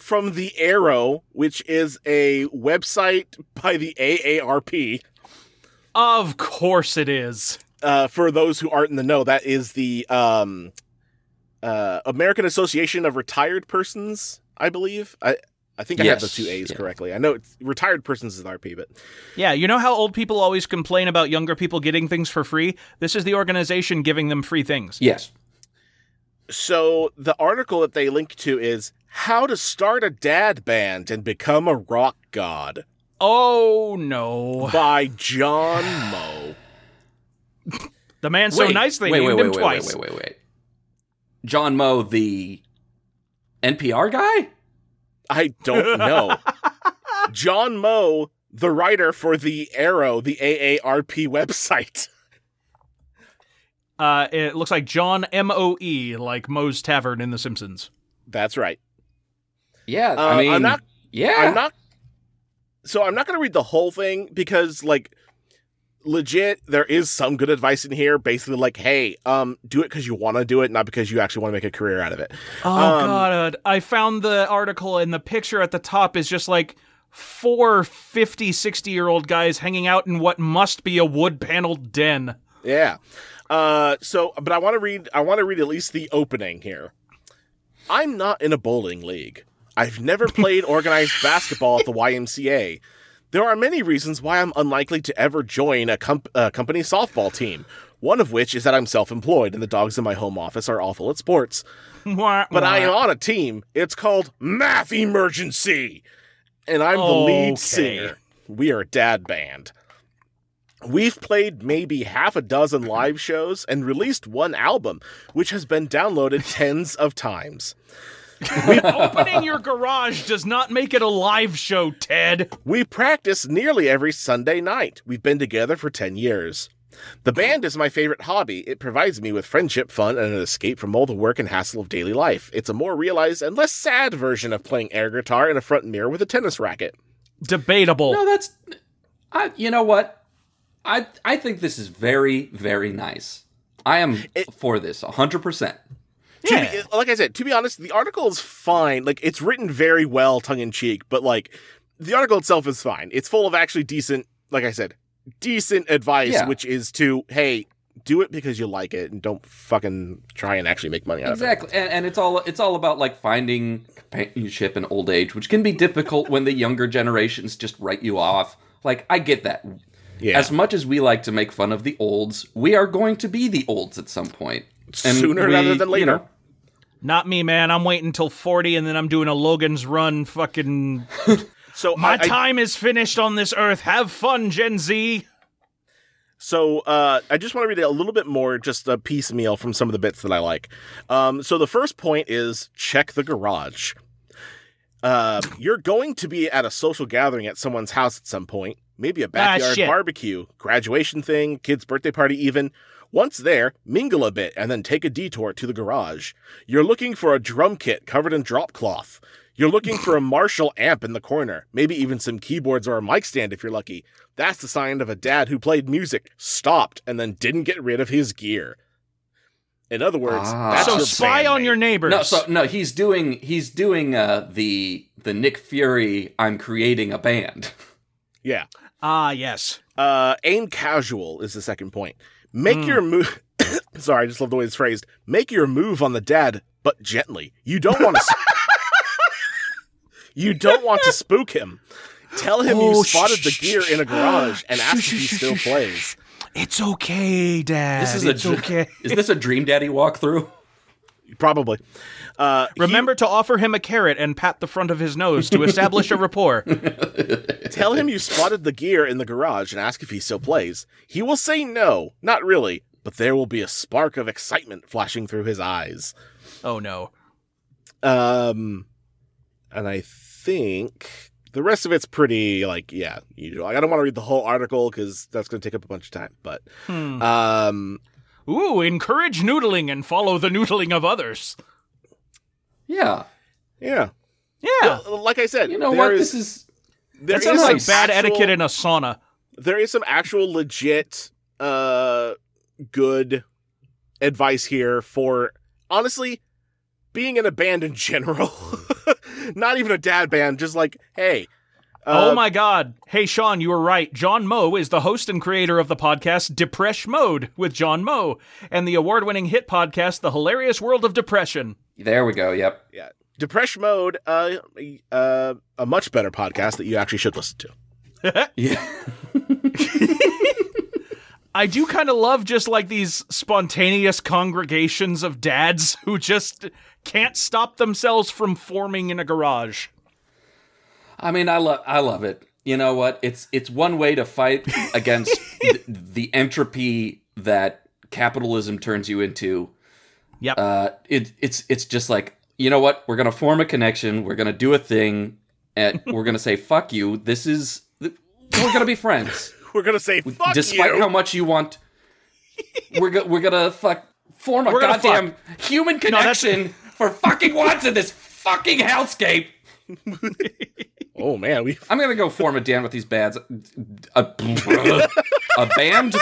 [SPEAKER 2] from The Arrow, which is a website by the AARP.
[SPEAKER 1] Of course it is.
[SPEAKER 2] Uh, for those who aren't in the know, that is the um, uh, American Association of Retired Persons, I believe. I, I think I have the
[SPEAKER 3] Yes,
[SPEAKER 2] two A's
[SPEAKER 3] yeah.
[SPEAKER 2] correctly. I know it's, retired persons is RP, but
[SPEAKER 1] Yeah, you know how old people always complain about younger people getting things for free? This is the organization giving them free things.
[SPEAKER 3] yes.
[SPEAKER 2] So the article that they link to is how to start a dad band and become a rock god
[SPEAKER 1] Oh no.
[SPEAKER 2] by John Moe.
[SPEAKER 1] The man's so nice they
[SPEAKER 3] wait,
[SPEAKER 1] named
[SPEAKER 3] wait,
[SPEAKER 1] him
[SPEAKER 3] wait,
[SPEAKER 1] twice.
[SPEAKER 3] Wait, wait, wait, wait. John Moe, the NPR guy?
[SPEAKER 2] I don't know. John Moe, the writer for the Arrow, the AARP website.
[SPEAKER 1] Uh, it looks like John M O E, like Moe's Tavern in The Simpsons.
[SPEAKER 2] That's right.
[SPEAKER 3] Yeah,
[SPEAKER 2] Uh,
[SPEAKER 3] I mean,
[SPEAKER 2] I'm not
[SPEAKER 3] yeah,
[SPEAKER 2] I'm not. So I'm not going to read the whole thing because, like, legit, there is some good advice in here. Basically, like, hey, um, do it because you want to do it, not because you actually want to make a career out of it.
[SPEAKER 1] Oh
[SPEAKER 2] Um,
[SPEAKER 1] god, I found the article and the picture at the top is just like four 50, 60 year old guys hanging out in what must be a wood paneled den.
[SPEAKER 2] Yeah. Uh, so, but I want to read. I want to read at least the opening here. I'm not in a bowling league. I've never played organized basketball at the YMCA. There are many reasons why I'm unlikely to ever join a, comp- a company softball team. One of which is that I'm self-employed, and the dogs in my home office are awful at sports. But I am on a team. It's called Math Emergency. And I'm the
[SPEAKER 1] Okay.
[SPEAKER 2] lead singer. We are a dad band. We've played maybe half a dozen live shows and released one album, which has been downloaded tens of times.
[SPEAKER 1] Opening your garage does not make it a live show, Ted.
[SPEAKER 2] We practice nearly every Sunday night. We've been together for 10 years. The band is my favorite hobby. It provides me with friendship, fun, and an escape from all the work and hassle of daily life. It's a more realized and less sad version of playing air guitar in a front mirror with a tennis racket.
[SPEAKER 1] Debatable.
[SPEAKER 3] No, that's. I. You know what? I I think this is very very nice. I am for this hundred percent.
[SPEAKER 2] To
[SPEAKER 1] Yeah.
[SPEAKER 2] be- like I said, to be honest, the article is fine. Like it's written very well, tongue in cheek, but like the article itself is fine. It's full of actually decent, like I said, decent advice,
[SPEAKER 3] Yeah.
[SPEAKER 2] which is to hey, do it because you like it, and don't fucking try and actually make money out of it.
[SPEAKER 3] Exactly, and, and it's all it's all about like finding companionship in old age, which can be difficult when the younger generations just write you off. Like I get that.
[SPEAKER 2] Yeah.
[SPEAKER 3] As much as we like to make fun of the olds, we are going to be the olds at some point.
[SPEAKER 2] Sooner rather than later.
[SPEAKER 1] Not me, man. I'm waiting till 40 and then I'm doing a Logan's Run fucking.
[SPEAKER 2] so
[SPEAKER 1] My
[SPEAKER 2] I, I-
[SPEAKER 1] time is finished on this earth. Have fun, Gen Z.
[SPEAKER 2] So uh, I just want to read a little bit more, just a piecemeal from some of the bits that I like. Um, so the first point is check the garage. Uh, you're going to be at a social gathering at someone's house at some point, maybe a backyard
[SPEAKER 1] Ah, shit.
[SPEAKER 2] barbecue, graduation thing, kid's birthday party, even. Once there, mingle a bit and then take a detour to the garage. You're looking for a drum kit covered in drop cloth. You're looking for a Marshall amp in the corner, maybe even some keyboards or a mic stand if you're lucky. That's the sign of a dad who played music, stopped, and then didn't get rid of his gear. In other words,
[SPEAKER 3] Ah.
[SPEAKER 2] that's
[SPEAKER 1] so
[SPEAKER 2] your
[SPEAKER 1] spy on
[SPEAKER 2] bandmate.
[SPEAKER 1] your neighbors.
[SPEAKER 3] No, so no, he's doing he's doing uh, the the Nick Fury. I'm creating a band.
[SPEAKER 2] yeah.
[SPEAKER 1] ah, yes.
[SPEAKER 2] Uh, aim casual is the second point. Make your move. Sorry, I just love the way it's phrased. Make your move on the dad, but gently. You don't want to. Sp- you don't want to spook him. Tell him
[SPEAKER 1] Oh,
[SPEAKER 2] you
[SPEAKER 1] shh,
[SPEAKER 2] spotted the
[SPEAKER 1] shh,
[SPEAKER 2] gear in a garage and
[SPEAKER 1] shh,
[SPEAKER 2] ask if
[SPEAKER 1] shh,
[SPEAKER 2] he
[SPEAKER 1] shh,
[SPEAKER 2] still
[SPEAKER 1] shh, shh.
[SPEAKER 2] plays.
[SPEAKER 1] It's okay, Dad.
[SPEAKER 3] This is
[SPEAKER 1] it's
[SPEAKER 3] a dr-
[SPEAKER 1] okay.
[SPEAKER 3] Is this a Dream Daddy walkthrough?
[SPEAKER 2] Probably. Uh, he-
[SPEAKER 1] Remember to offer him a carrot and pat the front of his nose to establish a rapport.
[SPEAKER 2] tell him you spotted the gear in the garage and ask if he still plays. He will say no, not really, but there will be a spark of excitement flashing through his eyes.
[SPEAKER 1] Oh no.
[SPEAKER 2] Um, and I think the rest of it's pretty like yeah usual. Like, I don't want to read the whole article because that's going to take up a bunch of time. But
[SPEAKER 1] Hmm.
[SPEAKER 2] um,
[SPEAKER 1] Ooh, encourage noodling and follow the noodling of others.
[SPEAKER 3] Yeah.
[SPEAKER 2] Yeah.
[SPEAKER 1] Yeah.
[SPEAKER 2] Well, Like I said,
[SPEAKER 3] You know
[SPEAKER 2] there
[SPEAKER 3] what?
[SPEAKER 2] is-
[SPEAKER 3] this is
[SPEAKER 2] there
[SPEAKER 3] that
[SPEAKER 1] That
[SPEAKER 2] is
[SPEAKER 1] sounds
[SPEAKER 2] some
[SPEAKER 1] like bad
[SPEAKER 2] actual-
[SPEAKER 1] etiquette in a sauna.
[SPEAKER 2] there is some actual legit uh good advice here for honestly being in a band in general not even a dad band just like hey
[SPEAKER 1] oh
[SPEAKER 2] uh,
[SPEAKER 1] my God. Hey, Sean, you were right. John Moe is the host and creator of the podcast Depresh Mode with John Moe and the award winning hit podcast The Hilarious World of Depression.
[SPEAKER 3] there we go. Yep.
[SPEAKER 2] depression mode uh, uh a much better podcast that you actually should listen to
[SPEAKER 3] Yeah.
[SPEAKER 1] I do kind of love just like these spontaneous congregations of dads who just can't stop themselves from forming in a garage.
[SPEAKER 3] I mean, I love I love it. You know what? It's it's one way to fight against th- the entropy that capitalism turns you into.
[SPEAKER 1] Yep.
[SPEAKER 3] Uh, it it's it's just like you know what? We're gonna form a connection. We're gonna do a thing, and we're gonna say fuck you. This is th- we're gonna be friends,
[SPEAKER 2] we're gonna say fuck
[SPEAKER 3] despite
[SPEAKER 2] you
[SPEAKER 3] how much you want. We're go- we're gonna fuck form a
[SPEAKER 1] We're gonna
[SPEAKER 3] goddamn human
[SPEAKER 1] that's-
[SPEAKER 3] connection for fucking once in this fucking hellscape.
[SPEAKER 2] oh man we
[SPEAKER 3] I'm gonna go form a dad with these dads. A, a band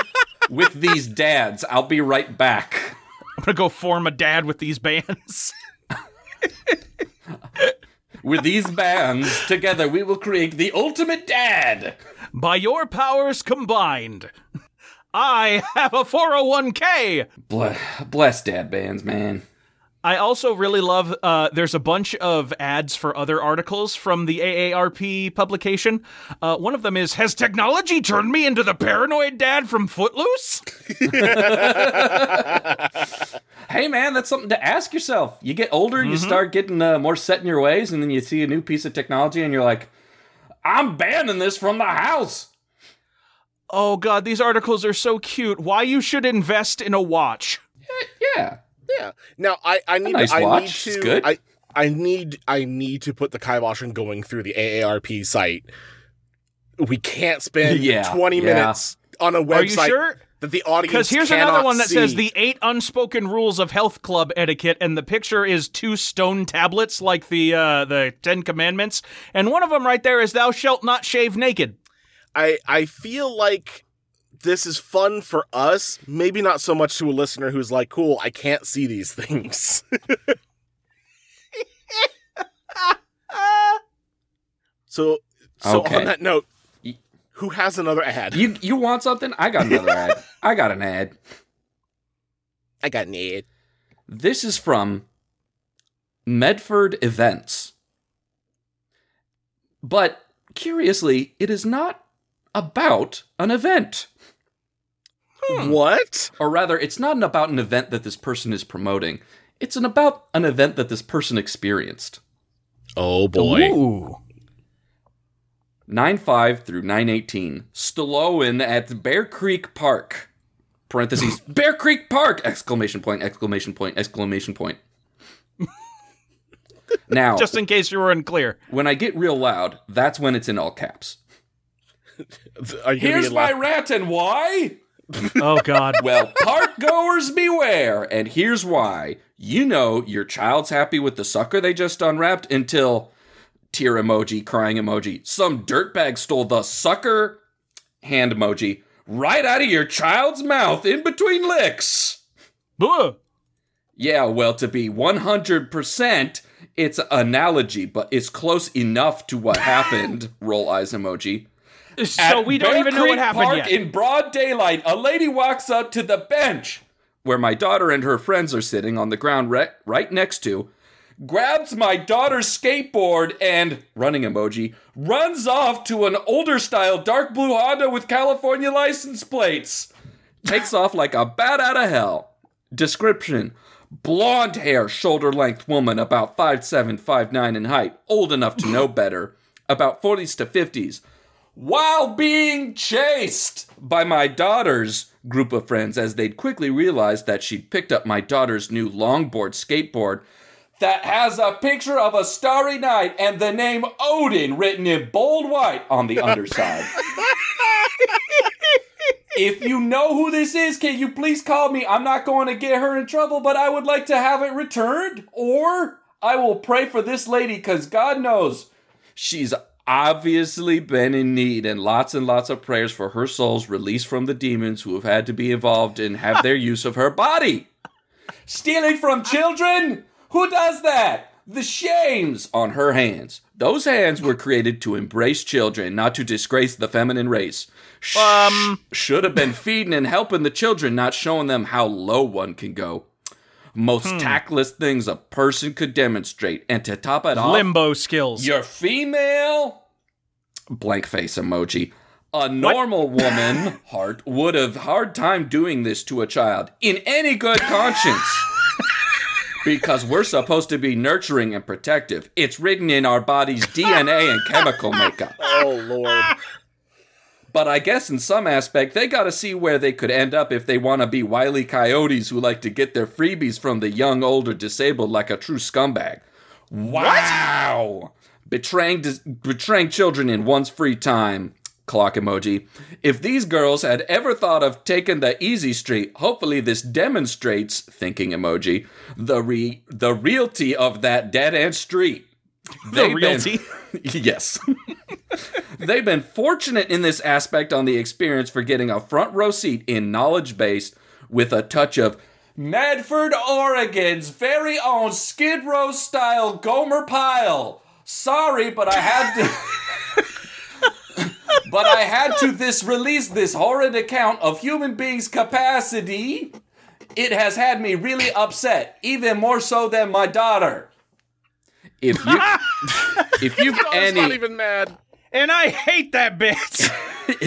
[SPEAKER 3] with these dads. I'll be right back.
[SPEAKER 1] I'm going to go form a dad with these bands.
[SPEAKER 3] With these bands together, we will create the ultimate dad.
[SPEAKER 1] By your powers combined, I have a 401k.
[SPEAKER 3] Bless, bless dad bands, man.
[SPEAKER 1] I also really love. Uh, there's a bunch of ads for other articles from the AARP publication. Uh, one of them is "Has technology turned me into the paranoid dad from Footloose?"
[SPEAKER 3] Hey, man, that's something to ask yourself. You get older, you start getting uh, more set in your ways, and then you see a new piece of technology, and you're like, "I'm banning this from the house."
[SPEAKER 1] Oh god, these articles are so cute. Why you should invest in a watch?
[SPEAKER 3] Yeah,
[SPEAKER 2] Yeah. Now I I need
[SPEAKER 3] nice
[SPEAKER 2] I need
[SPEAKER 3] watch.
[SPEAKER 2] to
[SPEAKER 3] It's good.
[SPEAKER 2] I I need I need to put the kibosh on going through the AARP site. We can't spend
[SPEAKER 3] Yeah,
[SPEAKER 2] 20
[SPEAKER 3] yeah.
[SPEAKER 2] minutes on a
[SPEAKER 1] Are you
[SPEAKER 2] website
[SPEAKER 1] sure?
[SPEAKER 2] that the audience
[SPEAKER 1] Because here's
[SPEAKER 2] cannot
[SPEAKER 1] another one that
[SPEAKER 2] see.
[SPEAKER 1] says the eight unspoken rules of health club etiquette, and the picture is two stone tablets like the uh, the Ten Commandments, and one of them right there is "Thou shalt not shave naked."
[SPEAKER 2] I I feel like this is fun for us, maybe not so much to a listener who's like, "Cool, I can't see these things."
[SPEAKER 1] Uh,
[SPEAKER 2] so so
[SPEAKER 3] Okay.
[SPEAKER 2] on that note,
[SPEAKER 3] Y-
[SPEAKER 2] who has another ad?
[SPEAKER 3] you you want something? I got another ad. I got an ad.
[SPEAKER 2] I got an ad.
[SPEAKER 3] This is from Medford Events. But curiously, it is not about an event.
[SPEAKER 2] Hmm. What?
[SPEAKER 3] Or rather, it's not an about an event that this person is promoting. It's an about an event that this person experienced.
[SPEAKER 2] Oh
[SPEAKER 1] Ooh.
[SPEAKER 3] 9-5 through 9-18. Stallone at Bear Creek Park. Parentheses. Bear Creek Park! Exclamation point, exclamation point, exclamation point. now,
[SPEAKER 1] Just in case you were unclear.
[SPEAKER 3] when I get real loud, that's when it's in all caps.
[SPEAKER 2] Are you
[SPEAKER 3] Here's
[SPEAKER 2] Here's
[SPEAKER 3] my rant and why?
[SPEAKER 1] Oh god.
[SPEAKER 3] Well, park goers beware, and here's why. You know your child's happy with the sucker they just unwrapped until tear emoji, crying emoji. Some dirtbag stole the sucker hand emoji right out of your child's mouth in between licks.
[SPEAKER 1] Ugh.
[SPEAKER 3] Yeah, well, to be 100%, it's an analogy, but it's close enough to what happened. Roll eyes emoji.
[SPEAKER 1] so
[SPEAKER 3] At
[SPEAKER 1] we don't
[SPEAKER 3] Bear
[SPEAKER 1] even know
[SPEAKER 3] Creek
[SPEAKER 1] what happened
[SPEAKER 3] Park
[SPEAKER 1] yet.
[SPEAKER 3] In broad daylight, a lady walks up to the bench where my daughter and her friends are sitting on the ground re- right next to, grabs my daughter's skateboard and running emoji runs off to an older style dark blue Honda with California license plates. Takes off like a bat out of hell. Description Blonde hair, shoulder length woman, about 5'7, 5'9 in height, old enough to know better, about 40s to 50s, while being chased by my daughter's group of friends as they'd quickly realized that she'd picked up my daughter's new longboard skateboard that has a picture of a starry night and the name Odin written in bold white on the underside. if you know who this is, can you please call me? I'm not going to get her in trouble, but I would like to have it returned. Or I will pray for this lady because God knows she's obviously been in need and lots and lots of prayers for her soul's release from the demons who have had to be involved and have their use of her body. Stealing from children? Who does that? The shames on her hands. Those hands were created to embrace children, not to disgrace the feminine race. Sh-
[SPEAKER 1] Um.
[SPEAKER 3] Should have been feeding and helping the children, not showing them how low one can go. Most
[SPEAKER 1] Hmm.
[SPEAKER 3] tactless things a person could demonstrate. And to top it off,
[SPEAKER 1] Limbo skills.
[SPEAKER 3] your female blank face emoji. A normal woman heart would have hard time doing this to a child in any good conscience. because we're supposed to be nurturing and protective. It's written in our body's DNA and chemical makeup.
[SPEAKER 2] Oh lord.
[SPEAKER 3] But I guess in some aspect, they gotta see where they could end up if they wanna be wily coyotes who like to get their freebies from the young, old, or disabled like a true scumbag. Wow! Betraying, dis- betraying children in one's free time. Clock emoji. If these girls had ever thought of taking the easy street, hopefully this demonstrates, thinking emoji, the re- the realty of that dead end street. They've
[SPEAKER 1] the
[SPEAKER 3] been-
[SPEAKER 1] realty.
[SPEAKER 3] yes. They've been fortunate in this aspect on the experience for getting a front row seat in knowledge based with a touch of Medford, Oregon's very own Skid Row style Gomer Pyle. Sorry, but I had to. but I had to this release this horrid account of human beings' capacity. It has had me really upset, even more so than my daughter. If you if you've
[SPEAKER 2] Don's
[SPEAKER 3] any
[SPEAKER 2] not even mad.
[SPEAKER 1] And I hate that bitch.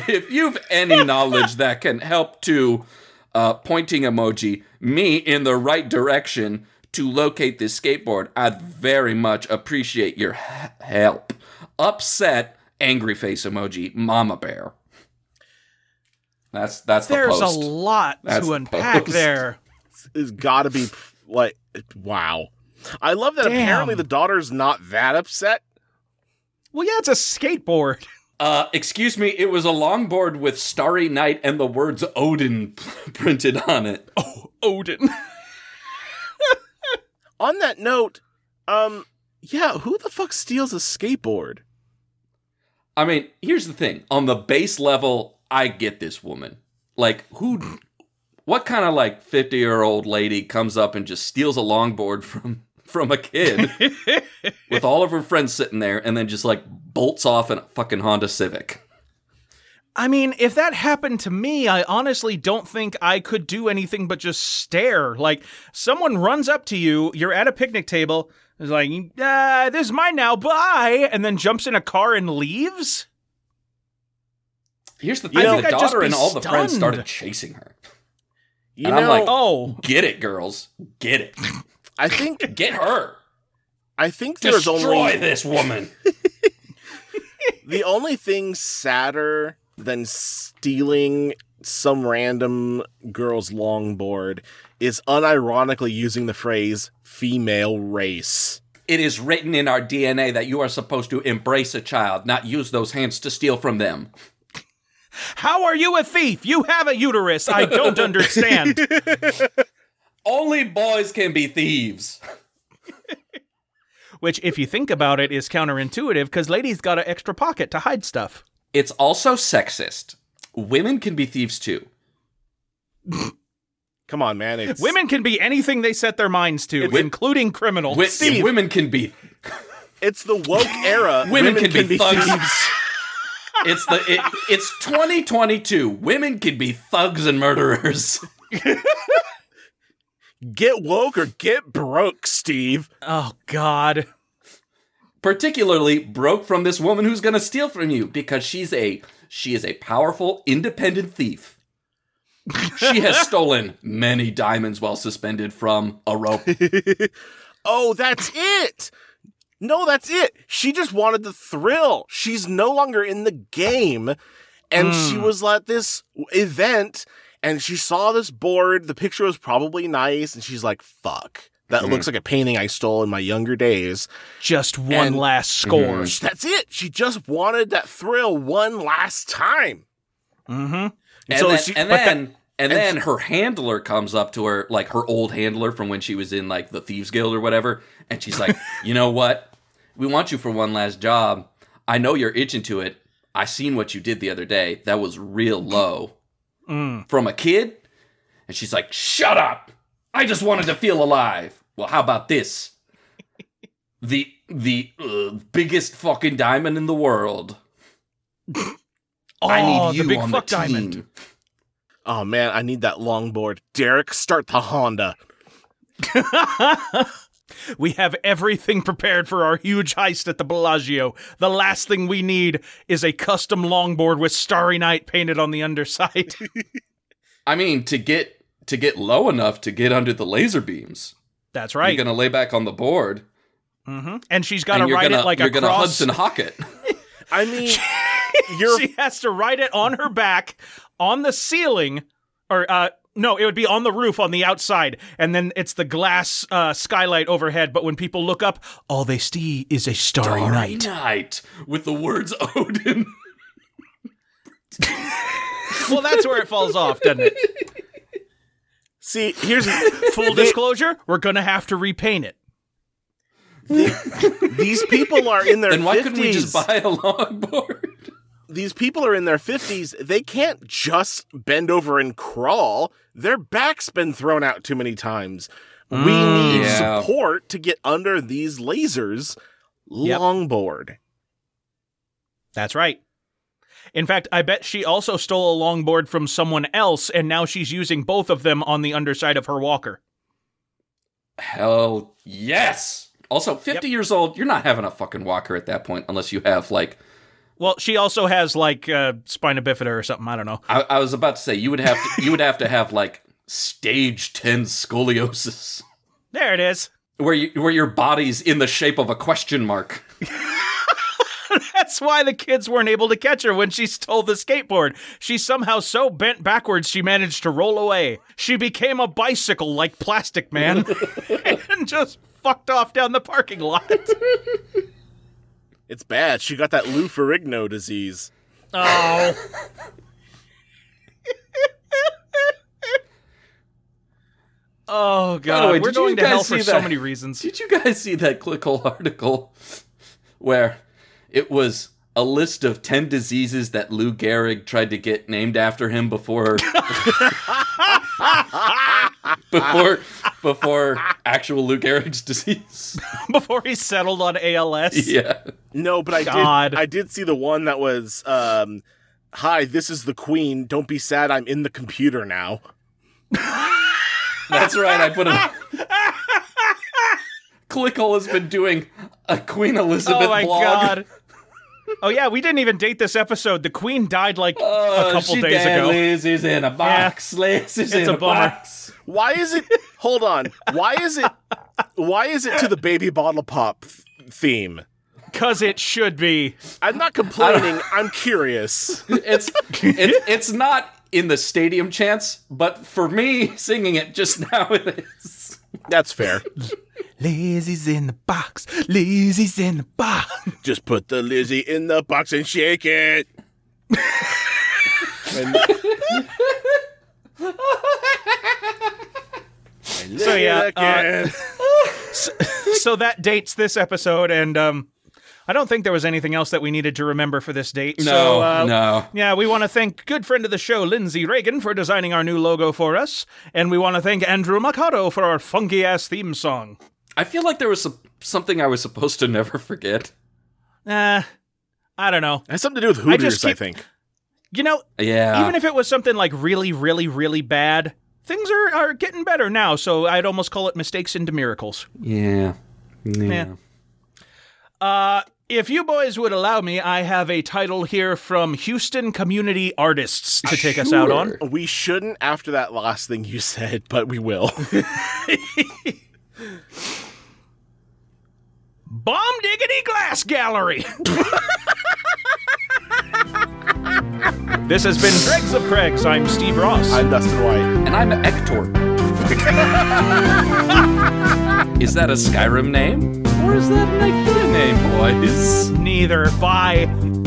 [SPEAKER 3] if you've any knowledge that can help to uh, pointing emoji me in the right direction to locate this skateboard, I'd very much appreciate your h- help. Upset, angry face emoji, mama bear. That's that's
[SPEAKER 1] There's
[SPEAKER 3] the
[SPEAKER 1] a
[SPEAKER 3] post.
[SPEAKER 1] lot
[SPEAKER 3] That's
[SPEAKER 1] to
[SPEAKER 3] the
[SPEAKER 1] unpack
[SPEAKER 3] post.
[SPEAKER 1] there.
[SPEAKER 2] It's got to be like wow. I love that
[SPEAKER 1] Damn.
[SPEAKER 2] apparently the daughter's not that upset.
[SPEAKER 1] Well, yeah, it's a skateboard.
[SPEAKER 3] uh, excuse me, it was a longboard with Starry Night and the words Odin printed on it.
[SPEAKER 1] Odin.
[SPEAKER 2] On that note, um yeah, who the fuck steals a skateboard?
[SPEAKER 3] I mean, here's the thing. On the base level, I get this woman. Like, who, what kind of like 50 year old lady comes up and just steals a longboard from from a kid with all of her friends sitting there and then just like bolts off in a fucking Honda Civic?
[SPEAKER 1] I mean, if that happened to me, I honestly don't think I could do anything but just stare. Like, someone runs up to you, you're at a picnic table, is like, uh, this is mine now, bye, and then jumps in a car and leaves?
[SPEAKER 3] Here's the
[SPEAKER 1] I
[SPEAKER 3] thing:
[SPEAKER 1] think
[SPEAKER 3] the
[SPEAKER 1] I'd just
[SPEAKER 3] daughter
[SPEAKER 1] be
[SPEAKER 3] and all the friends
[SPEAKER 1] stunned.
[SPEAKER 3] started chasing her.
[SPEAKER 2] You
[SPEAKER 3] And
[SPEAKER 2] know,
[SPEAKER 3] I'm like,
[SPEAKER 1] Oh,
[SPEAKER 3] Get it, girls. Get it.
[SPEAKER 2] I think
[SPEAKER 3] Get her.
[SPEAKER 2] I think there's
[SPEAKER 3] Destroy
[SPEAKER 2] only
[SPEAKER 3] this woman.
[SPEAKER 2] the only thing sadder than stealing some random girl's longboard is unironically using the phrase female race.
[SPEAKER 3] It is written in our DNA that you are supposed to embrace a child, not use those hands to steal from them.
[SPEAKER 1] how are you a thief? You have a uterus. I don't understand.
[SPEAKER 3] Only boys can be thieves.
[SPEAKER 1] Which, if you think about it, is counterintuitive because ladies got an extra pocket to hide stuff.
[SPEAKER 3] It's also sexist. Women can be thieves too.
[SPEAKER 2] Come on, man. It's
[SPEAKER 1] Women can be anything they set their minds to,
[SPEAKER 3] Wi-
[SPEAKER 1] including criminals.
[SPEAKER 3] Wi- women can be.
[SPEAKER 2] It's the woke era.
[SPEAKER 3] Women can be thugs.
[SPEAKER 2] thieves.
[SPEAKER 3] It's the. It, it's 2022. Women can be thugs and murderers.
[SPEAKER 2] Get woke or get broke, Steve.
[SPEAKER 1] Oh, God.
[SPEAKER 3] Particularly broke from this woman who's going to steal from you because she's a she is a powerful independent thief. She has stolen many diamonds while suspended from a rope.
[SPEAKER 2] Oh, that's it. No, that's it. She just wanted the thrill. She's no longer in the game. And she
[SPEAKER 3] Hmm.
[SPEAKER 2] was at this event and she saw this board. The picture was probably nice. And she's like, fuck, that
[SPEAKER 3] Hmm.
[SPEAKER 2] looks like a painting I stole in my younger days.
[SPEAKER 1] Just one
[SPEAKER 2] And-
[SPEAKER 1] last score.
[SPEAKER 2] That's it. She just wanted that thrill one last time.
[SPEAKER 1] Mm-hmm.
[SPEAKER 3] And
[SPEAKER 2] So
[SPEAKER 3] then,
[SPEAKER 2] she-
[SPEAKER 3] and
[SPEAKER 2] but that-
[SPEAKER 3] then,
[SPEAKER 2] and-
[SPEAKER 3] and then her handler comes up to her, like her old handler from when she was in like the Thieves Guild or whatever, and she's like, "You know what? We want you for one last job. I know you're itching to it. I seen what you did the other day. That was real low
[SPEAKER 1] Mm.
[SPEAKER 3] from a kid." And she's like, "Shut up! I just wanted to feel alive. Well, how about this? The the uh, biggest fucking diamond in the world. I
[SPEAKER 1] Oh,
[SPEAKER 3] need you
[SPEAKER 1] the big
[SPEAKER 3] on
[SPEAKER 1] fuck
[SPEAKER 3] the team."
[SPEAKER 1] diamond.
[SPEAKER 2] Oh man, I need that longboard. Derek, start the Honda.
[SPEAKER 1] we have everything prepared for our huge heist at the Bellagio. The last thing we need is a custom longboard with Starry Night painted on the underside.
[SPEAKER 3] I mean, to get to get low enough to get under the laser beams,
[SPEAKER 1] That's
[SPEAKER 3] you're
[SPEAKER 1] right.
[SPEAKER 3] gonna lay back on the board,
[SPEAKER 1] hmm And she's got
[SPEAKER 3] and
[SPEAKER 1] to
[SPEAKER 3] you're
[SPEAKER 1] write
[SPEAKER 3] gonna
[SPEAKER 1] it like
[SPEAKER 3] you're
[SPEAKER 1] a
[SPEAKER 3] gonna
[SPEAKER 1] cross.
[SPEAKER 3] Hudson Hawk it.
[SPEAKER 2] I mean, you're
[SPEAKER 1] she has to write it on her back, on the ceiling, or uh, no, it would be on the roof on the outside, and then it's the glass uh, skylight overhead. But when people look up, all they see is a starry,
[SPEAKER 3] Starry
[SPEAKER 1] night.
[SPEAKER 3] night with the words Odin.
[SPEAKER 1] Well, that's where it falls off, doesn't it?
[SPEAKER 2] see. Here's
[SPEAKER 1] Full
[SPEAKER 2] they-
[SPEAKER 1] disclosure: we're gonna have to repaint it.
[SPEAKER 2] these people are in their.
[SPEAKER 3] Then why
[SPEAKER 2] 50s.
[SPEAKER 3] couldn't we just buy a longboard?
[SPEAKER 2] These people are in their fifties. They can't just bend over and crawl. Their back's been thrown out too many times. we
[SPEAKER 1] Mm.
[SPEAKER 2] need
[SPEAKER 3] Yeah.
[SPEAKER 2] support to get under these lasers.
[SPEAKER 1] Yep.
[SPEAKER 2] Longboard.
[SPEAKER 1] That's right. In fact, I bet she also stole a longboard from someone else, and now she's using both of them on the underside of her walker.
[SPEAKER 3] Hell yes. Also, 50 years old, you're not having a fucking walker at that point unless you have like
[SPEAKER 1] Well, she also has like uh, spina bifida or something. I don't know.
[SPEAKER 3] I, I was about to say you would have to, you would have to have like stage 10 scoliosis
[SPEAKER 1] There it is.
[SPEAKER 3] where you, where your body's in the shape of a question mark.
[SPEAKER 1] That's why the kids weren't able to catch her when she stole the skateboard. She's somehow so bent backwards she managed to roll away. She became a bicycle like Plastic Man and just fucked off down the parking lot.
[SPEAKER 2] It's bad. She got that Lou Ferrigno disease.
[SPEAKER 1] Oh. oh
[SPEAKER 3] By the
[SPEAKER 1] god,
[SPEAKER 3] way,
[SPEAKER 1] we're
[SPEAKER 3] did you
[SPEAKER 1] going to
[SPEAKER 3] guys
[SPEAKER 1] hell for
[SPEAKER 3] see
[SPEAKER 1] so
[SPEAKER 3] that-
[SPEAKER 1] many reasons.
[SPEAKER 3] Did you guys see that clickle article where it was a list of 10 diseases that Lou Gehrig tried to get named after him before before before actual Lou Gehrig's disease?
[SPEAKER 1] Before he settled on ALS.
[SPEAKER 3] yeah.
[SPEAKER 2] No, but I
[SPEAKER 1] God.
[SPEAKER 2] did. I did see the one that was. Um, Hi, this is the Queen. Don't be sad. I'm in the computer now.
[SPEAKER 3] That's right. I put a Clickle has been doing a Queen Elizabeth
[SPEAKER 1] Oh my
[SPEAKER 3] blog.
[SPEAKER 1] god. Oh yeah, we didn't even date this episode. The Queen died like a couple
[SPEAKER 3] Oh, she
[SPEAKER 1] days
[SPEAKER 3] dead,
[SPEAKER 1] ago.
[SPEAKER 3] Liz is in a box. Liz is in
[SPEAKER 1] a
[SPEAKER 3] a,
[SPEAKER 1] bummer.
[SPEAKER 3] box.
[SPEAKER 2] Why is it? Hold on. Why is it? Why is it to the baby bottle pop th- theme?
[SPEAKER 1] Cause it should be.
[SPEAKER 2] I'm not complaining. I'm curious.
[SPEAKER 3] It's it's it's not in the stadium chants, but for me singing it just now it is.
[SPEAKER 2] That's fair.
[SPEAKER 1] Lizzie's in the box. Lizzie's in the box.
[SPEAKER 2] Just put the Lizzie in the box and shake it. And- And
[SPEAKER 1] So, yeah,
[SPEAKER 2] lick
[SPEAKER 1] uh,
[SPEAKER 2] it.
[SPEAKER 1] so that dates this episode, and um, I don't think there was anything else that we needed to remember for this date. so, uh,
[SPEAKER 3] no.
[SPEAKER 1] Yeah, we want to thank good friend of the show, Lindsay Reagan, for designing our new logo for us. And we want to thank Andrew Makato for our funky ass theme song.
[SPEAKER 3] I feel like there was some, something I was supposed to never forget.
[SPEAKER 1] Uh, I don't know.
[SPEAKER 2] It has something to do with Hooters,
[SPEAKER 1] just
[SPEAKER 2] I,
[SPEAKER 1] keep-
[SPEAKER 2] think.
[SPEAKER 1] You know,
[SPEAKER 3] Yeah.
[SPEAKER 1] even if it was something like really, really, really bad, things are, are getting better now. So I'd almost call it mistakes into miracles.
[SPEAKER 3] yeah.
[SPEAKER 1] Yeah. Uh, if you boys would allow me, I have a title here from Houston Community Artists to take us out on.
[SPEAKER 3] Sure.
[SPEAKER 2] We shouldn't after that last thing you said, but we will.
[SPEAKER 1] Bomb Diggity Glass Gallery. this has been Dregs of Craigs. I'm Steve Ross.
[SPEAKER 2] I'm Dustin White.
[SPEAKER 3] And I'm Ector. is that a Skyrim name? Or is that an IKEA name, boys?
[SPEAKER 1] Neither. Bye.